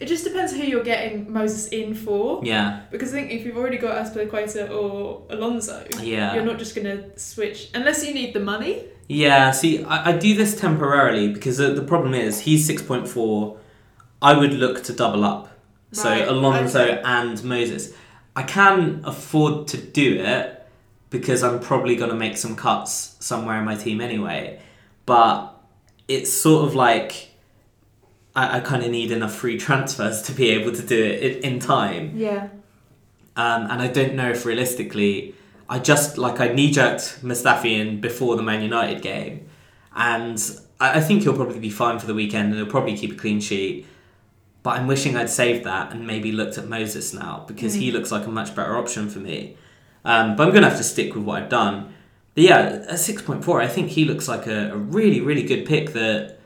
Speaker 2: it just depends who you're getting Moses in for.
Speaker 1: Yeah,
Speaker 2: Because I think if you've already got Aspilicueta or Alonso,
Speaker 1: yeah.
Speaker 2: you're not just going to switch unless you need the money.
Speaker 1: Yeah, see, I, I do this temporarily because the, the problem is he's 6.4. I would look to double up. So
Speaker 2: Right,
Speaker 1: Alonso
Speaker 2: okay.
Speaker 1: and Moses. I can afford to do it because I'm probably going to make some cuts somewhere in my team anyway. But it's sort of like I, I kind of need enough free transfers to be able to do it in, in time.
Speaker 2: Yeah.
Speaker 1: Um, and I don't know if realistically, I just like I knee jerked Mustafi in before the Man United game, and I, I think he'll probably be fine for the weekend and he'll probably keep a clean sheet. But I'm wishing I'd saved that and maybe looked at Moses now because he looks like a much better option for me. Um, but I'm gonna have to stick with what I've done. But yeah, at six point four, I think he looks like a, a really really good pick that.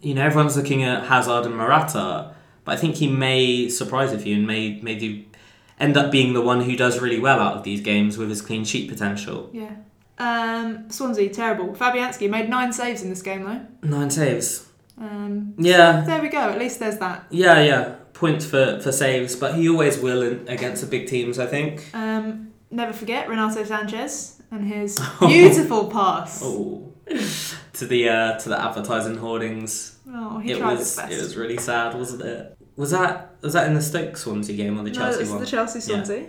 Speaker 1: You know, everyone's looking at Hazard and Morata, but I think he may surprise a few and may may do end up being the one who does really well out of these games with his clean sheet potential.
Speaker 2: Yeah. Um, Swansea, terrible. Fabianski made nine saves in this game, though.
Speaker 1: Nine saves.
Speaker 2: Um,
Speaker 1: Yeah,
Speaker 2: there we go. At least there's that.
Speaker 1: yeah, yeah. Points for, for saves, but he always will in, against the big teams, I think.
Speaker 2: Um, never forget Renato Sanchez and his beautiful pass. Oh,
Speaker 1: Oh, to the uh, to the advertising hoardings.
Speaker 2: Oh, he
Speaker 1: it
Speaker 2: tried
Speaker 1: was
Speaker 2: his best.
Speaker 1: it was really sad, wasn't it? Was that was that in the Stoke Swansea game or the
Speaker 2: no,
Speaker 1: Chelsea
Speaker 2: it's
Speaker 1: one?
Speaker 2: the Chelsea Swansea.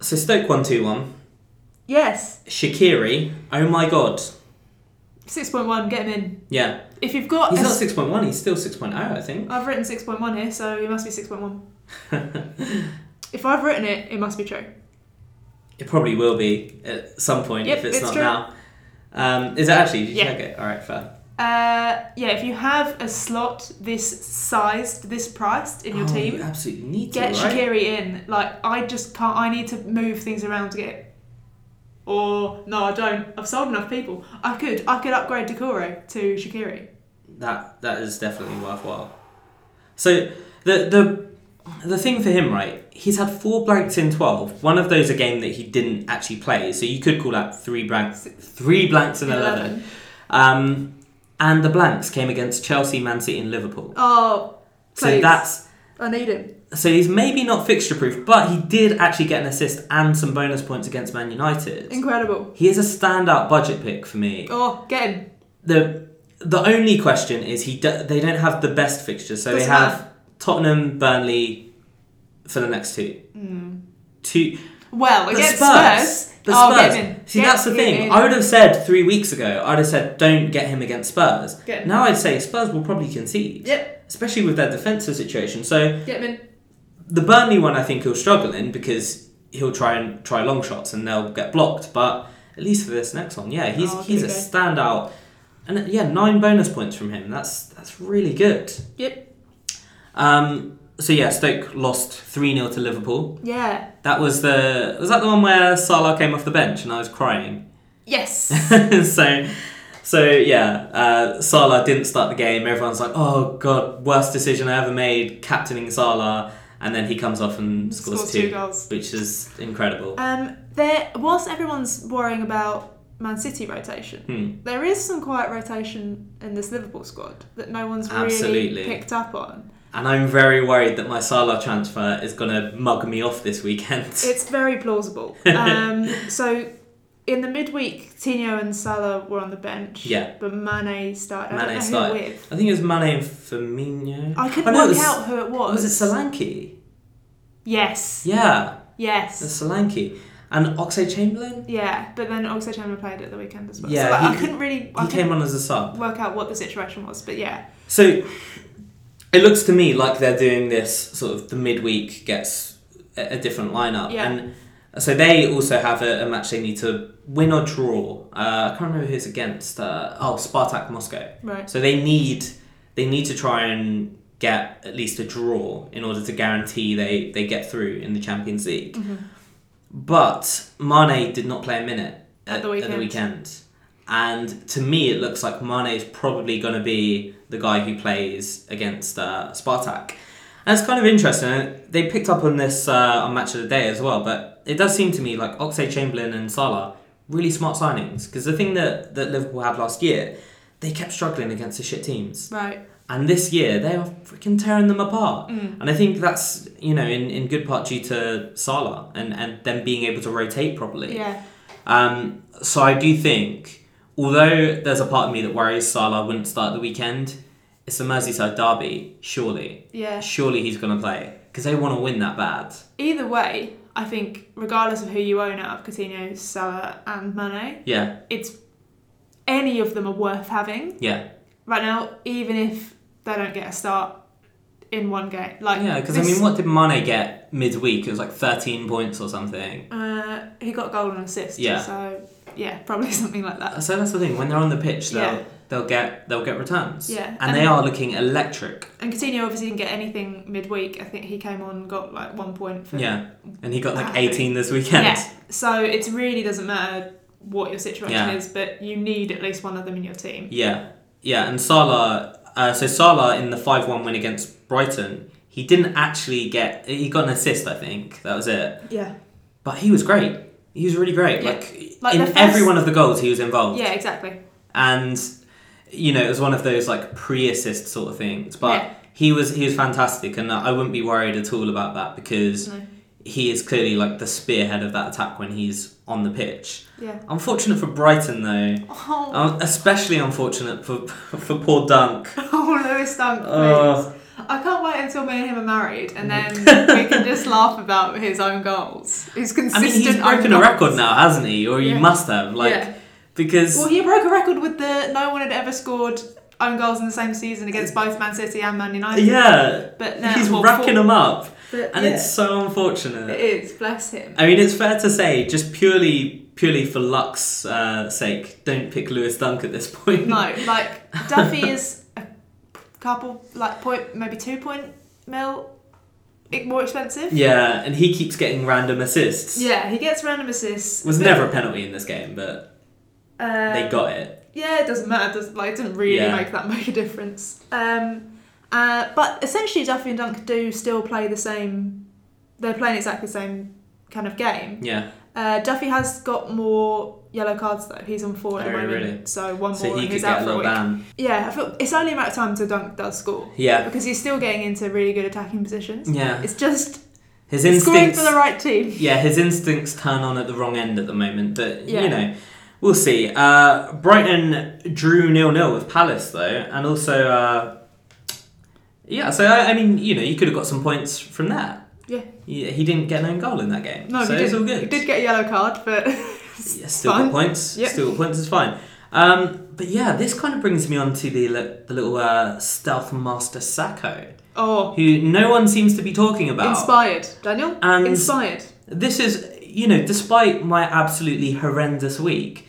Speaker 1: So Stoke one two one.
Speaker 2: Yes,
Speaker 1: Shakiri. Oh my god.
Speaker 2: six point one. Get him in.
Speaker 1: Yeah.
Speaker 2: If you've got,
Speaker 1: He's
Speaker 2: a-
Speaker 1: not six point one. He's still six I think.
Speaker 2: I've written six point one here, so it must be six point one. Oh. If I've written it, it must be true.
Speaker 1: It probably will be at some point
Speaker 2: Yep,
Speaker 1: if it's,
Speaker 2: it's
Speaker 1: not
Speaker 2: true.
Speaker 1: now. Um, is it actually? Did you
Speaker 2: Yeah.
Speaker 1: check it? All right, fair.
Speaker 2: Uh, yeah, if you have a slot this sized, this priced in your
Speaker 1: Oh,
Speaker 2: team,
Speaker 1: you absolutely need to
Speaker 2: get
Speaker 1: right?
Speaker 2: Shakiri in. Like I just can't. I need to move things around to get. it. Or no, I don't. I've sold enough people. I could. I could upgrade Decore to Shakiri.
Speaker 1: That that is definitely worthwhile. So the the the thing for him, right? He's had four blanks in twelve. One of those a game that he didn't actually play, so you could call out three blanks, three blanks in eleven. Um, and the blanks came against Chelsea, Man City, and Liverpool.
Speaker 2: Oh,
Speaker 1: So
Speaker 2: please.
Speaker 1: that's
Speaker 2: I need him.
Speaker 1: so he's maybe not fixture proof, but he did actually get an assist and some bonus points against Man United.
Speaker 2: Incredible.
Speaker 1: He is a standout budget pick for me.
Speaker 2: Oh, get him.
Speaker 1: the The only question is he do, they don't have the best fixtures, so they
Speaker 2: Doesn't
Speaker 1: have Tottenham, Burnley for the next two. Two
Speaker 2: Well,
Speaker 1: but
Speaker 2: Hmm. against
Speaker 1: Spurs.
Speaker 2: Spurs.
Speaker 1: but
Speaker 2: oh,
Speaker 1: Spurs.
Speaker 2: get him in.
Speaker 1: See,
Speaker 2: Get
Speaker 1: that's the
Speaker 2: him
Speaker 1: thing.
Speaker 2: in.
Speaker 1: I would have said three weeks ago. I'd have said don't get him against Spurs.
Speaker 2: Get him.
Speaker 1: Now I'd say Spurs will probably concede,
Speaker 2: Yep.
Speaker 1: especially with their defensive situation. So
Speaker 2: Get him in.
Speaker 1: the Burnley one, I think he'll struggle in because he'll try and try long shots and they'll get blocked. But at least for this next one, yeah, he's
Speaker 2: Oh, okay,
Speaker 1: he's a
Speaker 2: okay.
Speaker 1: standout, and uh, yeah, nine bonus points from him. That's that's really good.
Speaker 2: Yep.
Speaker 1: Um, so yeah, Stoke lost three 0 to Liverpool.
Speaker 2: Yeah.
Speaker 1: That was the was that the one where Salah came off the bench and I was crying.
Speaker 2: Yes.
Speaker 1: so. So yeah, uh, Salah didn't start the game. Everyone's like, "Oh God, worst decision I ever made, captaining Salah," and then he comes off and scores,
Speaker 2: Scores two goals.
Speaker 1: which is incredible.
Speaker 2: Um, there. Whilst everyone's worrying about Man City rotation,
Speaker 1: Hmm.
Speaker 2: there is some quiet rotation in this Liverpool squad that no one's
Speaker 1: Absolutely.
Speaker 2: really picked up on.
Speaker 1: And I'm very worried that my Salah transfer is going to mug me off this weekend.
Speaker 2: It's very plausible. Um, so. In the midweek, Tino and Salah were on the bench.
Speaker 1: Yeah.
Speaker 2: But Mane started. I
Speaker 1: Mane
Speaker 2: don't know
Speaker 1: started.
Speaker 2: who with.
Speaker 1: I think it was Mane and Firmino.
Speaker 2: I
Speaker 1: Oh,
Speaker 2: couldn't
Speaker 1: no, it
Speaker 2: work
Speaker 1: was-
Speaker 2: out who it was.
Speaker 1: Was it Solanke?
Speaker 2: Yes.
Speaker 1: Yeah,
Speaker 2: Yes.
Speaker 1: it's Solanke. And Oxlade Chamberlain?
Speaker 2: Yeah, but then also Chandler played at the weekend as well.
Speaker 1: Yeah,
Speaker 2: so like,
Speaker 1: he-
Speaker 2: I couldn't really I
Speaker 1: He
Speaker 2: couldn't
Speaker 1: came on as a sub.
Speaker 2: work out what the situation was, but yeah.
Speaker 1: So it looks to me like they're doing this sort of the midweek gets a, a different lineup.
Speaker 2: Yeah.
Speaker 1: And so they also have a, a match they need to win or draw. Uh, I can't remember who's against. Uh, oh, Spartak Moscow.
Speaker 2: Right.
Speaker 1: So they need they need to try and get at least a draw in order to guarantee they, they get through in the Champions League.
Speaker 2: Mm-hmm.
Speaker 1: But Mane did not play a minute
Speaker 2: At the
Speaker 1: At the
Speaker 2: weekend.
Speaker 1: weekend. And to me, it looks like Mane is probably going to be the guy who plays against uh, Spartak. And it's kind of interesting. They picked up on this uh, on Match of the Day as well, but it does seem to me like Oxlade Chamberlain and Salah really smart signings because the thing that, that Liverpool had last year, they kept struggling against the shit teams.
Speaker 2: Right.
Speaker 1: And this year, they are freaking tearing them apart. And I think that's, you know, in, in good part due to Salah and, and them being able to rotate properly.
Speaker 2: Yeah.
Speaker 1: Um, so I do think, although there's a part of me that worries Salah wouldn't start the weekend, it's the Merseyside derby, surely.
Speaker 2: Yeah.
Speaker 1: Surely he's going to play because they want to win that bad.
Speaker 2: Either way, I think regardless of who you own out of Coutinho, Salah and Mane,
Speaker 1: Yeah,
Speaker 2: it's any of them are worth having.
Speaker 1: yeah.
Speaker 2: Right now, even if they don't get a start in one game. Like
Speaker 1: Yeah, because I
Speaker 2: this-
Speaker 1: mean, what did Mane get midweek? It was like 13 points or something.
Speaker 2: uh, he got a goal and an assist.
Speaker 1: Yeah.
Speaker 2: So yeah, probably something like that.
Speaker 1: Uh, So that's the thing. When they're on the pitch, they'll
Speaker 2: Yeah.
Speaker 1: they'll get they'll get returns.
Speaker 2: Yeah,
Speaker 1: and,
Speaker 2: and-
Speaker 1: they are looking electric.
Speaker 2: And Coutinho obviously didn't get anything midweek. I think he came on, got like one point for
Speaker 1: Yeah, and he got like
Speaker 2: Ah.
Speaker 1: 18 this weekend.
Speaker 2: Yeah. So it really doesn't matter what your situation
Speaker 1: Yeah.
Speaker 2: is, but you need at least one of them in your team.
Speaker 1: Yeah, yeah, and Salah. Uh, so Salah in the five-one win against Brighton, he didn't actually get. He got an assist, I think. That was it.
Speaker 2: Yeah.
Speaker 1: But he was great. He was really great.
Speaker 2: Yeah.
Speaker 1: Like,
Speaker 2: Like
Speaker 1: in
Speaker 2: the first-
Speaker 1: every one of the goals, he was involved.
Speaker 2: Yeah, exactly.
Speaker 1: And you know, it was one of those like pre-assist sort of things. But
Speaker 2: Yeah.
Speaker 1: he was he was fantastic, and I wouldn't be worried at all about that because
Speaker 2: No.
Speaker 1: he is clearly like the spearhead of that attack when he's on the pitch.
Speaker 2: Yeah.
Speaker 1: Unfortunate for Brighton though. Uh,
Speaker 2: Oh,
Speaker 1: Um, especially unfortunate for for poor Dunk.
Speaker 2: oh Lewis Dunk, please.
Speaker 1: Oh,
Speaker 2: I can't wait until me and him are married, and then we can just laugh about his own goals. His
Speaker 1: I
Speaker 2: consistent.
Speaker 1: mean, he's
Speaker 2: own
Speaker 1: broken a
Speaker 2: goals.
Speaker 1: record now, hasn't he? Or he
Speaker 2: Yeah.
Speaker 1: must have, like,
Speaker 2: Yeah.
Speaker 1: because
Speaker 2: Well, he broke a record with the no one had ever scored own goals in the same season against both Man City and Man United.
Speaker 1: yeah,
Speaker 2: but now
Speaker 1: he's
Speaker 2: well,
Speaker 1: racking
Speaker 2: four-
Speaker 1: them up,
Speaker 2: but
Speaker 1: and
Speaker 2: yeah,
Speaker 1: it's uh, so unfortunate.
Speaker 2: it is. Bless him.
Speaker 1: I mean, it's fair to say, just purely, purely for luck's uh, sake, don't pick Lewis Dunk at this point.
Speaker 2: No, like Duffy is a couple like point maybe two point mil i- more expensive.
Speaker 1: Yeah, and he keeps getting random assists.
Speaker 2: Yeah, he gets random assists.
Speaker 1: was
Speaker 2: but,
Speaker 1: never a penalty in this game, but
Speaker 2: Uh,
Speaker 1: they got it.
Speaker 2: yeah, it doesn't matter. Does like it doesn't really
Speaker 1: Yeah.
Speaker 2: make that make a difference. Um, uh, but essentially, Duffy and Dunk do still play the same. They're playing exactly the same kind of game.
Speaker 1: Yeah,
Speaker 2: Uh, Duffy has got more yellow cards though. He's on four at the
Speaker 1: Oh,
Speaker 2: moment,
Speaker 1: really?
Speaker 2: so one
Speaker 1: so
Speaker 2: more
Speaker 1: he
Speaker 2: and
Speaker 1: could
Speaker 2: he's
Speaker 1: get
Speaker 2: out
Speaker 1: a
Speaker 2: for a
Speaker 1: little
Speaker 2: week.
Speaker 1: ban.
Speaker 2: Yeah, I feel it's only a matter of time until Dunk does score
Speaker 1: Yeah,
Speaker 2: because he's still getting into really good attacking positions.
Speaker 1: yeah.
Speaker 2: It's just
Speaker 1: His
Speaker 2: scoring
Speaker 1: instincts.
Speaker 2: for the right team.
Speaker 1: Yeah, his instincts turn on at the wrong end at the moment, but
Speaker 2: Yeah.
Speaker 1: you know, we'll see. Uh, Brighton drew nil nil with Palace though, and also. Uh, yeah, so I, I mean, you know, you could have got some points from that.
Speaker 2: Yeah.
Speaker 1: Yeah, he didn't get an own goal in that game.
Speaker 2: No,
Speaker 1: so
Speaker 2: he, did,
Speaker 1: it's all good.
Speaker 2: he did get a yellow card, but
Speaker 1: Yeah, still
Speaker 2: Fine.
Speaker 1: got points.
Speaker 2: Yep.
Speaker 1: Still got points. It's fine. Um, but yeah, this kind of brings me on to the li- the little uh, stealth master Sacco,
Speaker 2: oh,
Speaker 1: who no one seems to be talking about.
Speaker 2: inspired, Daniel.
Speaker 1: And-
Speaker 2: inspired.
Speaker 1: this is, you know, despite my absolutely horrendous week,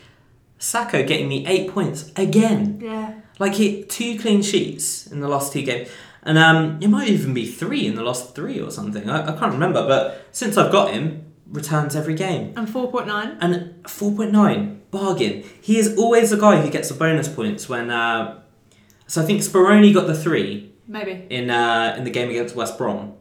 Speaker 1: Sacco getting me eight points again.
Speaker 2: Yeah.
Speaker 1: Like he two clean sheets in the last two games, and um, it might even be three in the last three or something. I, I can't remember, but since I've got him, returns every game.
Speaker 2: And four point nine.
Speaker 1: And 4.9, bargain. He is always the guy who gets the bonus points when. Uh, so I think Speroni got the three
Speaker 2: Maybe.
Speaker 1: in uh, in the game against West Brom.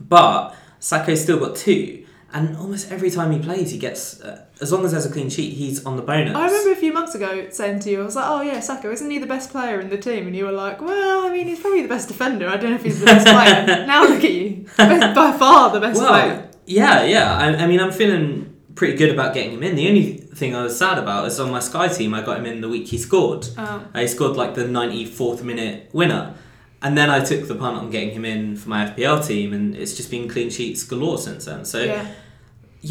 Speaker 1: But Sacco still got two. And almost every time he plays, he gets. Uh, as long as there's a clean sheet, he's on the bonus.
Speaker 2: I remember a few months ago saying to you, I was like, "Oh yeah, Sacco, isn't he the best player in the team?" And you were like, "Well, I mean, he's probably the best defender. I don't know if he's the best player." Now look at you, best, by far the best player.
Speaker 1: Well, yeah, yeah. I, I mean, I'm feeling pretty good about getting him in. The only thing I was sad about is on my Sky team, I got him in the week he scored.
Speaker 2: Um,
Speaker 1: Uh, He scored like the 94th minute winner. And then I took the punt on getting him in for my FPL team, and it's just been clean sheets galore since then. So, yeah,
Speaker 2: yeah,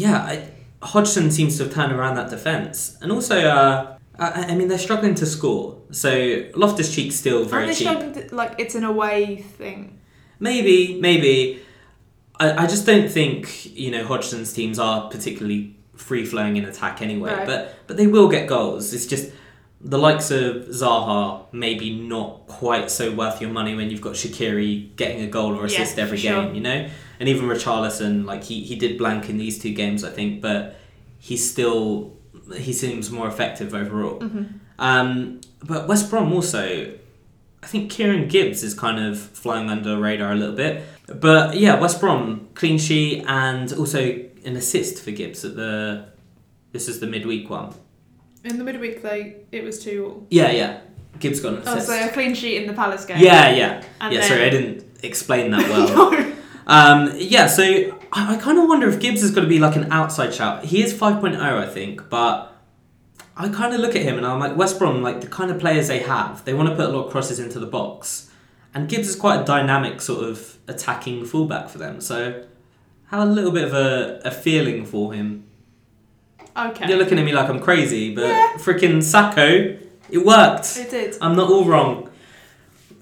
Speaker 1: I, Hodgson seems to have turned around that defence. And also, uh, I, I mean, they're struggling to score. So, Loftus Cheek's still
Speaker 2: and
Speaker 1: very
Speaker 2: they
Speaker 1: cheap.
Speaker 2: showed that, like it's an away thing.
Speaker 1: Maybe, maybe. I, I just don't think, you know, Hodgson's teams are particularly free flowing in attack anyway.
Speaker 2: Right.
Speaker 1: But but they will get goals. It's just the likes of Zaha maybe not quite so worth your money when you've got Shakiri getting a goal or
Speaker 2: Yeah,
Speaker 1: assist every
Speaker 2: for sure.
Speaker 1: game, you know? And even Richarlison, like he, he did blank in these two games, I think, but he's still he seems more effective overall.
Speaker 2: Mm-hmm.
Speaker 1: Um, but West Brom also I think Kieran Gibbs is kind of flying under the radar a little bit. But yeah, West Brom, clean sheet and also an assist for Gibbs at the. This is the midweek one.
Speaker 2: In the midweek, they it was two all.
Speaker 1: Yeah, yeah. Gibbs got an
Speaker 2: Oh,
Speaker 1: assist.
Speaker 2: so a clean sheet in the Palace game.
Speaker 1: yeah, yeah.
Speaker 2: And
Speaker 1: yeah,
Speaker 2: then-
Speaker 1: sorry, I didn't explain that well.
Speaker 2: no.
Speaker 1: um, yeah, so I, I kind of wonder if Gibbs is going to be like an outside shout. He is 5.0, I think, but. I kind of look at him and I'm like, West Brom, like the kind of players they have, they want to put a lot of crosses into the box. And Gibbs is quite a dynamic sort of attacking fullback for them. So have a little bit of a, a feeling for him.
Speaker 2: Okay.
Speaker 1: You're looking at me like I'm crazy, but
Speaker 2: Yeah.
Speaker 1: freaking Sacco, it worked.
Speaker 2: It did.
Speaker 1: I'm not all wrong.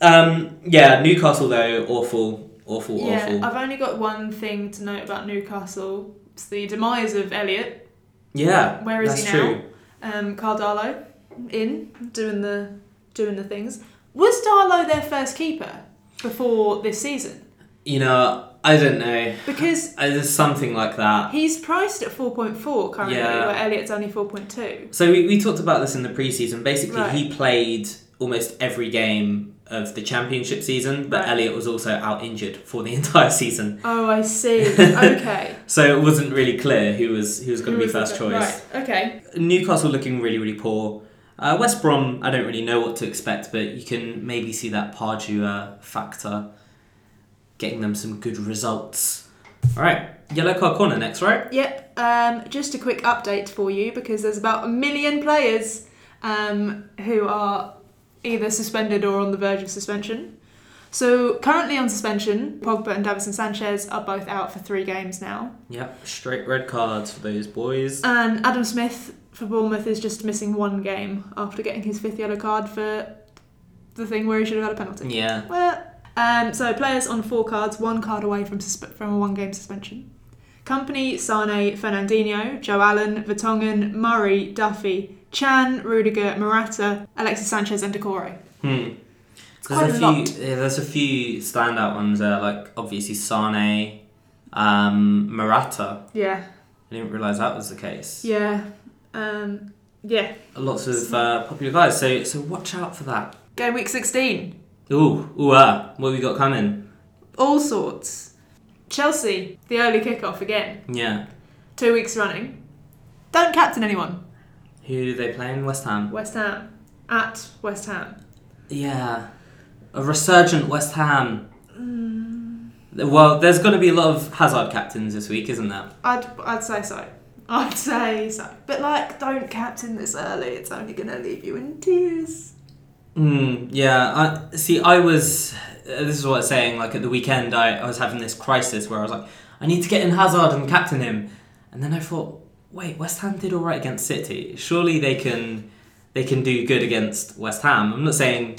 Speaker 1: Um, yeah, Newcastle though, awful, awful,
Speaker 2: Yeah,
Speaker 1: awful.
Speaker 2: I've only got one thing to note about Newcastle. It's the demise of Elliot.
Speaker 1: yeah,
Speaker 2: Where is
Speaker 1: that's
Speaker 2: he now?
Speaker 1: true.
Speaker 2: Um, Carl Darlow in doing the doing the things. Was Darlow their first keeper before this season?
Speaker 1: You know, I don't know.
Speaker 2: Because
Speaker 1: Uh, There's something like that.
Speaker 2: he's priced at four point four currently,
Speaker 1: Yeah.
Speaker 2: where Elliot's only four point two.
Speaker 1: So we, we talked about this in the preseason. Basically,
Speaker 2: Right.
Speaker 1: he played almost every game of the championship season, but
Speaker 2: Right.
Speaker 1: Elliot was also out injured for the entire season.
Speaker 2: Oh, I see. okay.
Speaker 1: So it wasn't really clear who was who was going
Speaker 2: Who
Speaker 1: to be
Speaker 2: was the
Speaker 1: first
Speaker 2: fir-
Speaker 1: choice.
Speaker 2: Right. Okay.
Speaker 1: Newcastle looking really, really poor. Uh, West Brom, I don't really know what to expect, but you can maybe see that Pardew uh, factor getting them some good results. All right, yellow card corner next, right?
Speaker 2: Yep. Um, just a quick update for you because there's about a million players um, who are either suspended or on the verge of suspension. So currently on suspension, Pogba and Davison Sanchez are both out for three games now.
Speaker 1: Yep, straight red cards for those boys.
Speaker 2: And Adam Smith for Bournemouth is just missing one game after getting his fifth yellow card for the thing where he should have had a penalty.
Speaker 1: Yeah.
Speaker 2: Well, um, so players on four cards, one card away from suspe- from a one game suspension. Company, Sane, Fernandinho, Joe Allen, Vertonghen, Murray, Duffy, Chan, Rudiger, Morata, Alexis Sanchez, and Decore.
Speaker 1: Hmm. There's
Speaker 2: It's quite
Speaker 1: a
Speaker 2: a
Speaker 1: few.
Speaker 2: lot.
Speaker 1: Yeah, there's a few standout ones there, like obviously Sane, um, Murata.
Speaker 2: Yeah,
Speaker 1: I didn't realise that was the case.
Speaker 2: yeah, um, yeah.
Speaker 1: Lots of uh, popular guys. So so watch out for that.
Speaker 2: Game week 16.
Speaker 1: Ooh ooh ah, what have we got coming?
Speaker 2: All sorts. Chelsea, the early kickoff again.
Speaker 1: Yeah.
Speaker 2: Two weeks running. Don't captain anyone.
Speaker 1: Who do they play in West Ham?
Speaker 2: West Ham. At West Ham.
Speaker 1: Yeah. A resurgent West Ham.
Speaker 2: Mm.
Speaker 1: Well, there's going to be a lot of Hazard captains this week, isn't there?
Speaker 2: I'd, I'd say so. I'd say so. But like, don't captain this early. It's only going to leave you in tears.
Speaker 1: Mm, yeah, I see. I was. uh, This is what I was saying. Like at the weekend, I, I was having this crisis where I was like, I need to get in Hazard and captain him, and then I thought, wait, West Ham did all right against City. Surely they can, they can do good against West Ham. I'm not saying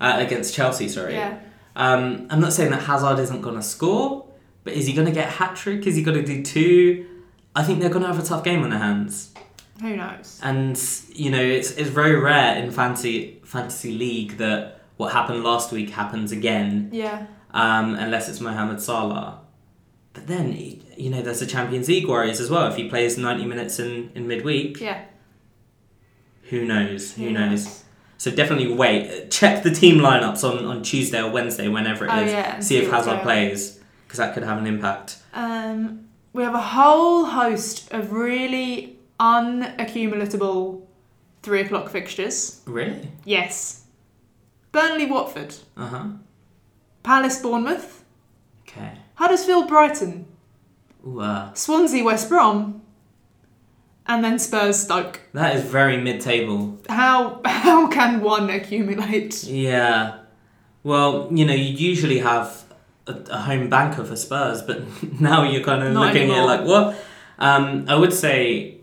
Speaker 1: uh, against Chelsea. Sorry.
Speaker 2: Yeah.
Speaker 1: Um, I'm not saying that Hazard isn't going to score, but is he going to get a hat trick? Is he going to do two? I think they're going to have a tough game on their hands.
Speaker 2: Who knows?
Speaker 1: And you know, it's it's very rare in fantasy fantasy league that what happened last week happens again,
Speaker 2: Yeah.
Speaker 1: um, unless it's Mohamed Salah. But then y- you know, there's the Champions League worries as well. If he plays ninety minutes in in midweek,
Speaker 2: Yeah.
Speaker 1: who knows? Who knows? So definitely wait. Check the team lineups on on Tuesday or Wednesday, whenever it is.
Speaker 2: Oh, yeah, and
Speaker 1: see,
Speaker 2: see
Speaker 1: if
Speaker 2: what's
Speaker 1: Hazard
Speaker 2: going on.
Speaker 1: plays because that could have an impact.
Speaker 2: Um, we have a whole host of really unaccumulatable three o'clock fixtures.
Speaker 1: Really?
Speaker 2: Yes. Burnley Watford,
Speaker 1: Uh huh.
Speaker 2: Palace Bournemouth,
Speaker 1: Okay.
Speaker 2: Huddersfield Brighton,
Speaker 1: Ooh, uh,
Speaker 2: Swansea West Brom, and then Spurs Stoke.
Speaker 1: that is very mid-table.
Speaker 2: How how can one accumulate?
Speaker 1: Yeah. Well, you know, you usually have a, a home banker for Spurs, but now you're kind of
Speaker 2: Not
Speaker 1: looking
Speaker 2: anymore.
Speaker 1: at it like, what? Um, I would say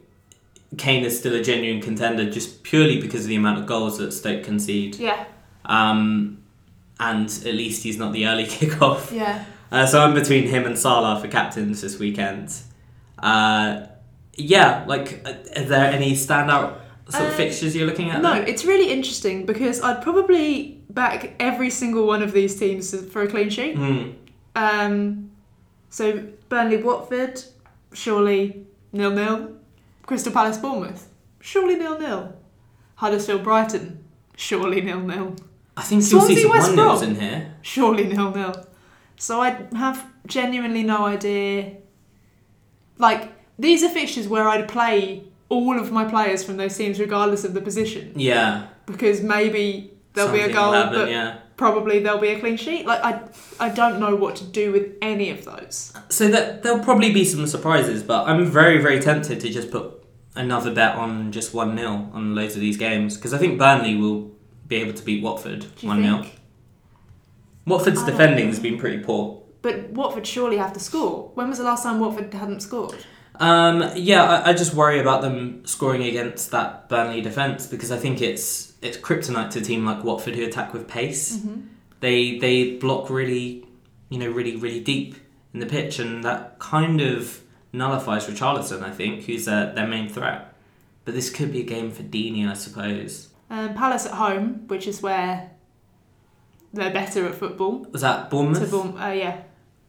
Speaker 1: Kane is still a genuine contender just purely because of the amount of goals that Stoke concede.
Speaker 2: Yeah,
Speaker 1: Um, and at least he's not the early kickoff.
Speaker 2: yeah.
Speaker 1: Uh, so I'm between him and Salah for captains this weekend. Uh, yeah, like, uh, are there any standout sort of
Speaker 2: Uh,
Speaker 1: fixtures you're looking at?
Speaker 2: No, it's really interesting because I'd probably back every single one of these teams for a clean sheet.
Speaker 1: Mm,
Speaker 2: Um, so Burnley Watford, surely nil nil. Crystal Palace Bournemouth, surely nil nil. Huddersfield Brighton, surely nil nil.
Speaker 1: I think still
Speaker 2: Swansea
Speaker 1: season
Speaker 2: West
Speaker 1: one nils
Speaker 2: Brom.
Speaker 1: in here.
Speaker 2: Surely nil nil. So I have genuinely no idea. Like these are fixtures where I'd play all of my players from those teams, regardless of the position,
Speaker 1: Yeah.
Speaker 2: because maybe there'll be
Speaker 1: something
Speaker 2: a
Speaker 1: will
Speaker 2: goal,
Speaker 1: happen,
Speaker 2: but
Speaker 1: yeah.
Speaker 2: probably there'll be a clean sheet. Like I, I don't know what to do with any of those.
Speaker 1: So that there'll probably be some surprises, but I'm very, very tempted to just put another bet on just one 0 on loads of these games because I think Burnley will be able to beat Watford
Speaker 2: Do you
Speaker 1: one 0
Speaker 2: think?
Speaker 1: Watford's
Speaker 2: I don't
Speaker 1: defending has
Speaker 2: know.
Speaker 1: been pretty poor.
Speaker 2: But Watford surely have to score. When was the last time Watford hadn't scored?
Speaker 1: Um, yeah, I, I just worry about them scoring against that Burnley defense because I think it's it's kryptonite to a team like Watford who attack with pace. they they block really you know really really deep in the pitch and that kind of nullifies Richarlison I think who's uh, their main threat but this could be a game for Dini I suppose
Speaker 2: Um, Palace at home, which is where they're better at football.
Speaker 1: was that
Speaker 2: To
Speaker 1: Bournemouth
Speaker 2: Bourne, uh, yeah.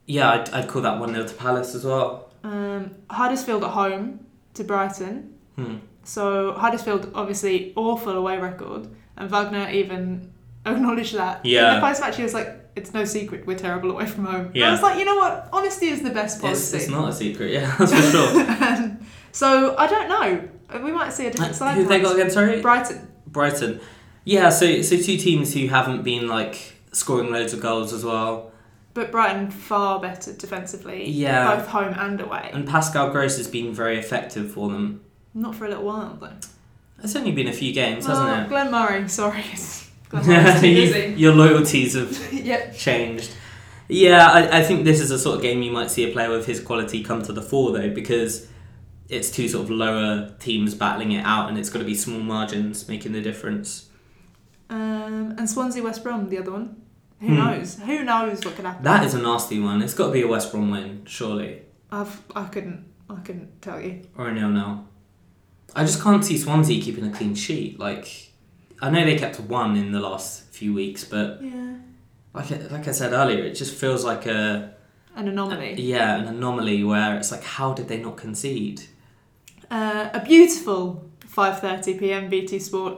Speaker 1: yeah I'd, I'd call that 1-0 to Palace as well
Speaker 2: Um, Huddersfield at home to Brighton.
Speaker 1: hmm.
Speaker 2: So Huddersfield obviously awful away record, and Wagner even acknowledged that.
Speaker 1: Yeah.
Speaker 2: In the post match, he was like, "It's no secret we're terrible away from home." And
Speaker 1: Yeah.
Speaker 2: I was like, you know what? Honesty is the best
Speaker 1: it's,
Speaker 2: policy.
Speaker 1: it's not a secret yeah that's for sure
Speaker 2: so I don't know. Uh, We might see a different
Speaker 1: Uh, who
Speaker 2: side.
Speaker 1: have they
Speaker 2: from
Speaker 1: got
Speaker 2: us.
Speaker 1: again sorry
Speaker 2: Brighton.
Speaker 1: Brighton. Yeah, so so two teams who haven't been like scoring loads of goals as well.
Speaker 2: But Brighton far better defensively,
Speaker 1: Yeah.
Speaker 2: both home and away.
Speaker 1: And Pascal Gross has been very effective for them.
Speaker 2: Not for a little while though.
Speaker 1: It's only been a few games, hasn't
Speaker 2: Oh,
Speaker 1: it?
Speaker 2: Glenn Murray, sorry, 'cause I'm always too busy.
Speaker 1: Your loyalties have
Speaker 2: yep.
Speaker 1: changed. Yeah, I, I think this is a sort of game you might see a player with his quality come to the fore though, because it's two sort of lower teams battling it out, and it's got to be small margins making the difference.
Speaker 2: Um, and Swansea West Brom, the other one. Who
Speaker 1: Hmm.
Speaker 2: knows? Who knows what could happen?
Speaker 1: That is a nasty one. It's got to be a West Brom win, surely,
Speaker 2: I've I couldn't I couldn't tell you.
Speaker 1: or a nil-nil. I just can't see Swansea keeping a clean sheet. Like, I know they kept one in the last few weeks, but
Speaker 2: Yeah.
Speaker 1: like I- like I said earlier, it just feels like a
Speaker 2: An anomaly.
Speaker 1: Uh, yeah an anomaly where it's like how did they not concede?
Speaker 2: Uh, a beautiful 5:30 p.m. BT Sport.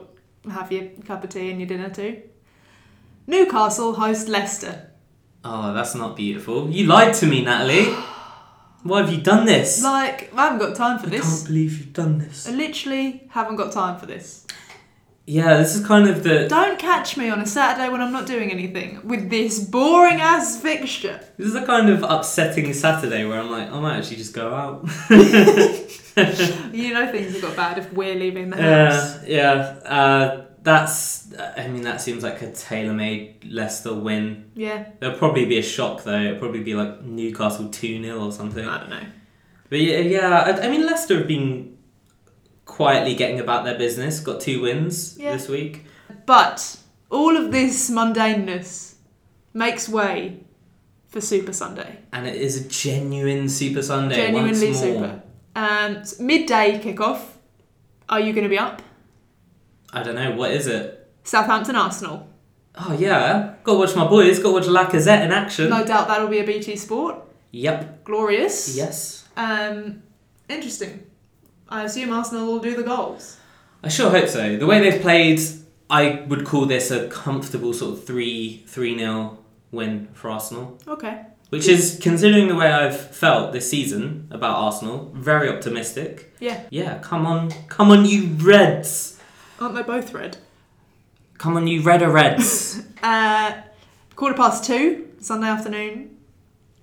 Speaker 2: Have your cup of tea and your dinner too. Newcastle host Leicester.
Speaker 1: Oh, that's not beautiful. You lied to me, Natalie. Why have you done this?
Speaker 2: Like I haven't got time for
Speaker 1: I can't
Speaker 2: this.
Speaker 1: believe you've done
Speaker 2: I
Speaker 1: this.
Speaker 2: literally haven't got time for this.
Speaker 1: Yeah, this is kind of the
Speaker 2: Don't catch me on a Saturday when I'm not doing anything with this boring ass fixture.
Speaker 1: this is the kind of upsetting Saturday where I'm like, I might actually just go out.
Speaker 2: You know things have got bad if we're leaving the house.
Speaker 1: Yeah, yeah. Uh, that's. I mean, that seems like a tailor-made Leicester win.
Speaker 2: Yeah.
Speaker 1: There'll probably be a shock though. It'll probably be like Newcastle two 0 or something.
Speaker 2: I don't know.
Speaker 1: But yeah, yeah I, I mean, Leicester have been quietly getting about their business. Got two wins
Speaker 2: Yeah.
Speaker 1: this week.
Speaker 2: But all of this mundaneness makes way for Super Sunday.
Speaker 1: And it is a genuine Super Sunday
Speaker 2: Genuinely
Speaker 1: once more.
Speaker 2: super. Um, s- midday kickoff. Are you going to be up?
Speaker 1: I don't know what is it.
Speaker 2: Southampton Arsenal.
Speaker 1: Oh yeah, gotta watch my boys. Gotta watch Lacazette in action.
Speaker 2: No doubt that'll be a BT Sport.
Speaker 1: Yep.
Speaker 2: Glorious.
Speaker 1: Yes.
Speaker 2: Um, interesting. I assume Arsenal will do the goals.
Speaker 1: I sure hope so. The way they've played, I would call this a comfortable sort of three three 0 win for Arsenal,
Speaker 2: Okay.
Speaker 1: which is considering the way I've felt this season about Arsenal, very optimistic.
Speaker 2: Yeah.
Speaker 1: Yeah, come on, come on, you Reds.
Speaker 2: Aren't they both red?
Speaker 1: Come on, you Redder Reds.
Speaker 2: Uh, quarter past two, Sunday afternoon.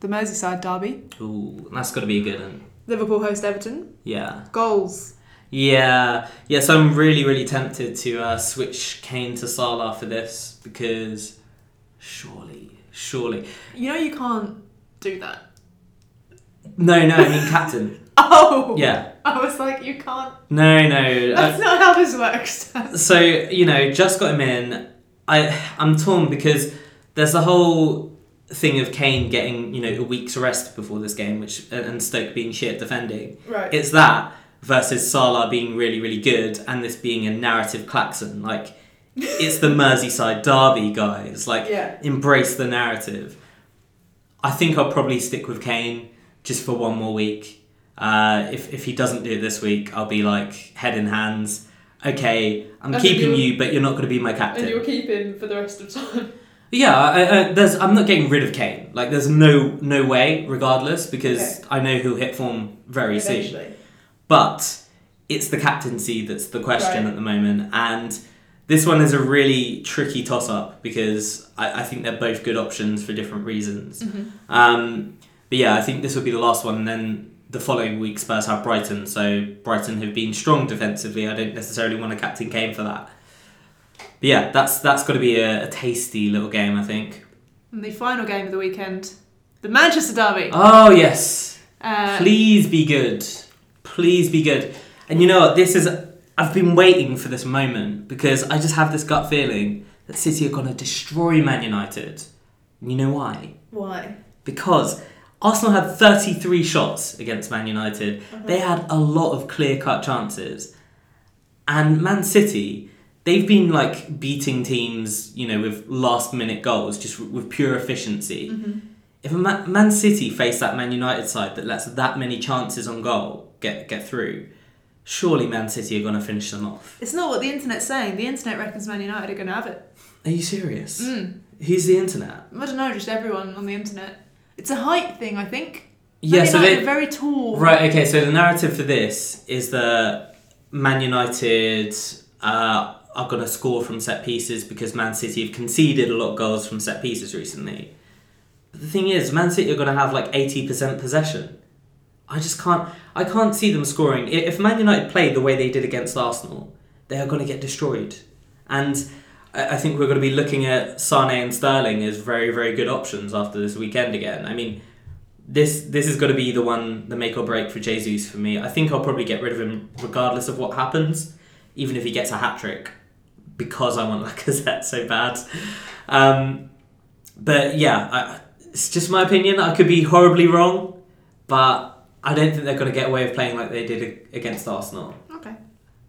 Speaker 2: The Merseyside derby.
Speaker 1: Ooh, that's gotta be a good one.
Speaker 2: Liverpool host Everton.
Speaker 1: Yeah.
Speaker 2: Goals.
Speaker 1: Yeah, yeah. So I'm really, really tempted to uh, switch Kane to Salah for this because surely, surely.
Speaker 2: You know you can't do that.
Speaker 1: No, no. I mean captain.
Speaker 2: Oh!
Speaker 1: Yeah.
Speaker 2: I was like, you can't.
Speaker 1: No, no. uh,
Speaker 2: That's not how this works.
Speaker 1: so you know, just got him in. I I'm torn because there's the whole thing of Kane getting you know a week's rest before this game, which and- and Stoke being shit defending.
Speaker 2: right.
Speaker 1: It's that versus Salah being really, really good and this being a narrative klaxon. Like, it's the Merseyside derby, guys. Like,
Speaker 2: Yeah.
Speaker 1: embrace the narrative. I think I'll probably stick with Kane just for one more week. Uh, if, if he doesn't do it this week, I'll be like head in hands. Okay, I'm
Speaker 2: And
Speaker 1: keeping
Speaker 2: you'll-
Speaker 1: you, but you're not going to be my captain.
Speaker 2: keep him for the rest of time.
Speaker 1: Yeah, I, I, there's. I'm not getting rid of Kane. Like, there's no no way, regardless, because I know he'll hit form very soon. But it's the captaincy that's the question
Speaker 2: Right.
Speaker 1: at the moment. And this one is a really tricky toss up because I, I think they're both good options for different reasons. Um, but yeah, I think this will be the last one. And then the following week, Spurs have Brighton. So Brighton have been strong defensively. I don't necessarily want a captain Kane for that. But yeah, that's that's got to be a, a tasty little game, I think.
Speaker 2: And the final game of the weekend the Manchester Derby.
Speaker 1: Oh, yes.
Speaker 2: Uh,
Speaker 1: Please be good. Please be good. And you know what? This is. I've been waiting for this moment because I just have this gut feeling that City are going to destroy Man United. And you know why?
Speaker 2: Why?
Speaker 1: Because Arsenal had 33 shots against Man United, they had a lot of clear cut chances. And Man City, they've been like beating teams, you know, with last minute goals, just with pure efficiency. If a Ma- Man City face that Man United side that lets that many chances on goal get get through, surely Man City are going to finish them off.
Speaker 2: It's not what the internet's saying. The internet reckons Man United are going to have it.
Speaker 1: Are you serious?
Speaker 2: Mm.
Speaker 1: Who's the internet?
Speaker 2: I don't know, just everyone on the internet. It's a height thing, I think.
Speaker 1: Yeah,
Speaker 2: Man
Speaker 1: so
Speaker 2: United
Speaker 1: they
Speaker 2: are very tall.
Speaker 1: right. Okay, so the narrative for this is that Man United uh, are going to score from set pieces because Man City have conceded a lot of goals from set pieces recently. But the thing is, Man City are going to have like eighty percent possession. I just can't. I can't see them scoring. I- If Man United play the way they did against Arsenal, they are going to get destroyed. And I I think we're going to be looking at Sane and Sterling as very, very good options after this weekend again. I mean, this this is going to be the one, the make or break for Jesus for me. I think I'll probably get rid of him regardless of what happens, even if he gets a hat trick, because I want Lacazette so bad. Um, but yeah, I, it's just my opinion. I could be horribly wrong, but I don't think they're going to get away with playing like they did a- against Arsenal.
Speaker 2: Okay.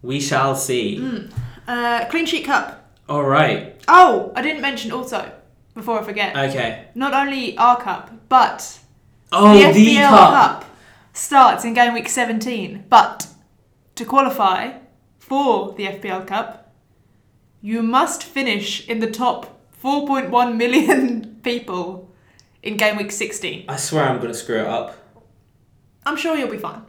Speaker 1: We shall see.
Speaker 2: Uh, clean sheet cup.
Speaker 1: All right.
Speaker 2: Oh, I didn't mention also before I
Speaker 1: Uh,
Speaker 2: forget.
Speaker 1: Okay.
Speaker 2: not only our cup, but
Speaker 1: Oh,
Speaker 2: the
Speaker 1: the,
Speaker 2: FBL
Speaker 1: cup.
Speaker 2: cup starts in game week 17. But to qualify for the FBL Cup, you must finish in the top 4.1 million people in game week 16.
Speaker 1: I swear I'm going to screw it up.
Speaker 2: I'm sure you'll be fine.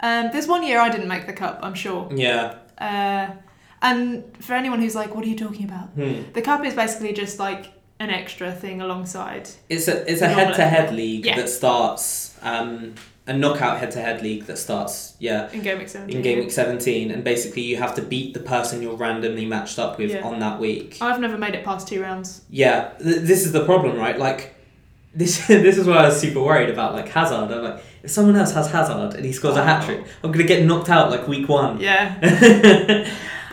Speaker 2: Um, there's one year I didn't make the cup, I'm sure.
Speaker 1: Yeah.
Speaker 2: Uh, and for anyone who's like, what are you talking about?
Speaker 1: Hmm.
Speaker 2: The cup is basically just like an extra thing alongside.
Speaker 1: It's a it's a
Speaker 2: Normal.
Speaker 1: head to head league
Speaker 2: Yeah.
Speaker 1: that starts um, a knockout head to head league that starts yeah
Speaker 2: In game week 17.
Speaker 1: in game week seventeen and basically you have to beat the person you're randomly matched up with
Speaker 2: Yeah. Uh,
Speaker 1: on that week.
Speaker 2: I've never made it past two rounds.
Speaker 1: Yeah, th- this is the problem, right? Like this this is what I was super worried about. Like Hazard, I'm like if someone else has Hazard and he scores a hat trick, I'm gonna get knocked out like week one.
Speaker 2: Oh. Yeah.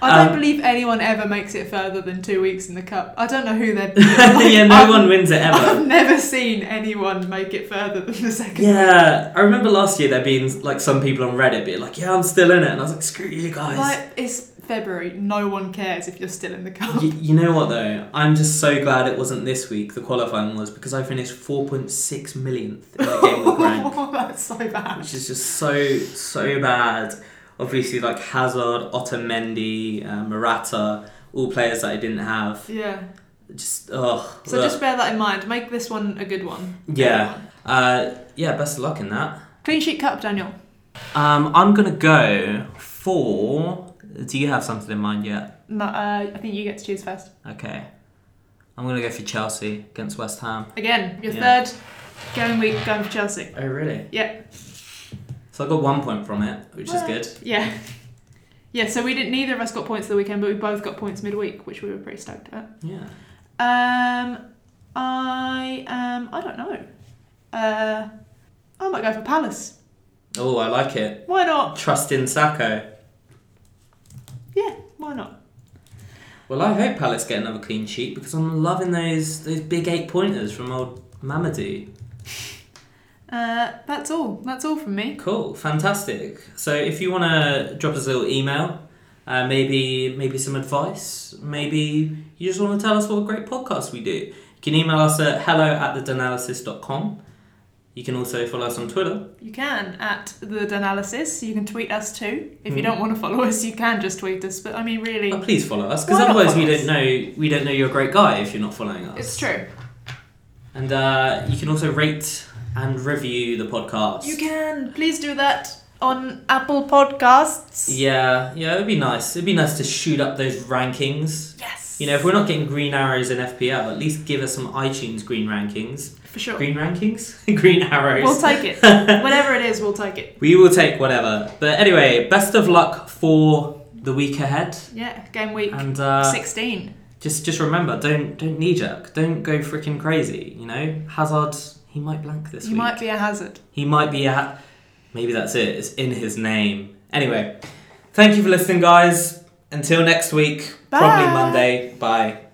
Speaker 2: I
Speaker 1: Um,
Speaker 2: don't believe anyone ever makes it further than two weeks in the cup. I don't know who they're.
Speaker 1: yeah, no
Speaker 2: I've-
Speaker 1: one wins it ever.
Speaker 2: I've never seen anyone make it further than the second.
Speaker 1: Yeah, I remember last year there being like some people on Reddit being like, "Yeah, I'm still in it," and I was like, "Screw you guys."
Speaker 2: Like it's February. No one cares if you're still in the cup.
Speaker 1: Y- you know what though? I'm just so glad it wasn't this week. The qualifying was because I finished 4.6 millionth in the game week rank,
Speaker 2: That's so bad.
Speaker 1: which is just so so bad. Obviously, like Hazard, Otamendi, uh, Morata, all players that I didn't have.
Speaker 2: Yeah.
Speaker 1: Just oh,
Speaker 2: So just bear that in mind. Make this one a good one.
Speaker 1: yeah, uh, yeah. Best of luck in that.
Speaker 2: Clean sheet cup, Daniel.
Speaker 1: Um, I'm gonna go for. Do you have something in mind yet?
Speaker 2: No, uh, I think you get to choose first.
Speaker 1: Okay. I'm going to go for Chelsea against West Ham.
Speaker 2: Again, your
Speaker 1: Yeah.
Speaker 2: third going week going for Chelsea.
Speaker 1: Oh, really?
Speaker 2: Yeah.
Speaker 1: So I got one point from it, which is
Speaker 2: Well,
Speaker 1: good.
Speaker 2: Yeah. Yeah, so we didn't neither of us got points the weekend, but we both got points midweek, which we were pretty stoked at.
Speaker 1: Yeah.
Speaker 2: Um I um I don't know. Uh I might go for Palace.
Speaker 1: Oh, I like it.
Speaker 2: Why not?
Speaker 1: Trust in Sacco.
Speaker 2: Yeah, why not?
Speaker 1: Well, I hope Palace get another clean sheet because I'm loving those those big eight pointers from old Mamadou.
Speaker 2: Uh that's all. That's all from me.
Speaker 1: Cool, fantastic. So if you want to drop us a little email, uh, maybe maybe some advice, maybe you just want to tell us what a great podcast we do, you can email us at hello at com. You can also follow us on Twitter
Speaker 2: You can at the Danalysis. You can tweet us too. If you
Speaker 1: Hmm.
Speaker 2: don't want to follow us, you can just tweet us. But I mean really
Speaker 1: But Oh, please follow us,
Speaker 2: Why
Speaker 1: because
Speaker 2: not
Speaker 1: otherwise we
Speaker 2: follow
Speaker 1: don't know we don't know you're a great guy if you're not following us.
Speaker 2: it's true.
Speaker 1: And uh, you can also rate and review the podcast.
Speaker 2: You can please do that on Apple Podcasts.
Speaker 1: Yeah, yeah, it'd be nice. It'd be nice to shoot up those rankings.
Speaker 2: Yes.
Speaker 1: You know, if we're not getting green arrows in FPL, at least give us some iTunes green rankings.
Speaker 2: for sure.
Speaker 1: Green rankings? green arrows.
Speaker 2: We'll take it. Whatever it is, we'll take it.
Speaker 1: we will take whatever. But anyway, best of luck for the week ahead.
Speaker 2: Yeah, game week
Speaker 1: And uh,
Speaker 2: 16.
Speaker 1: just just remember, don't don't knee jerk, don't go freaking crazy. You know, Hazard, he might blank this
Speaker 2: You
Speaker 1: week.
Speaker 2: might be a hazard.
Speaker 1: He might be at. Maybe that's it. It's in his name. Anyway, thank you for listening, guys. Until next week,
Speaker 2: Bye.
Speaker 1: probably Monday. Bye.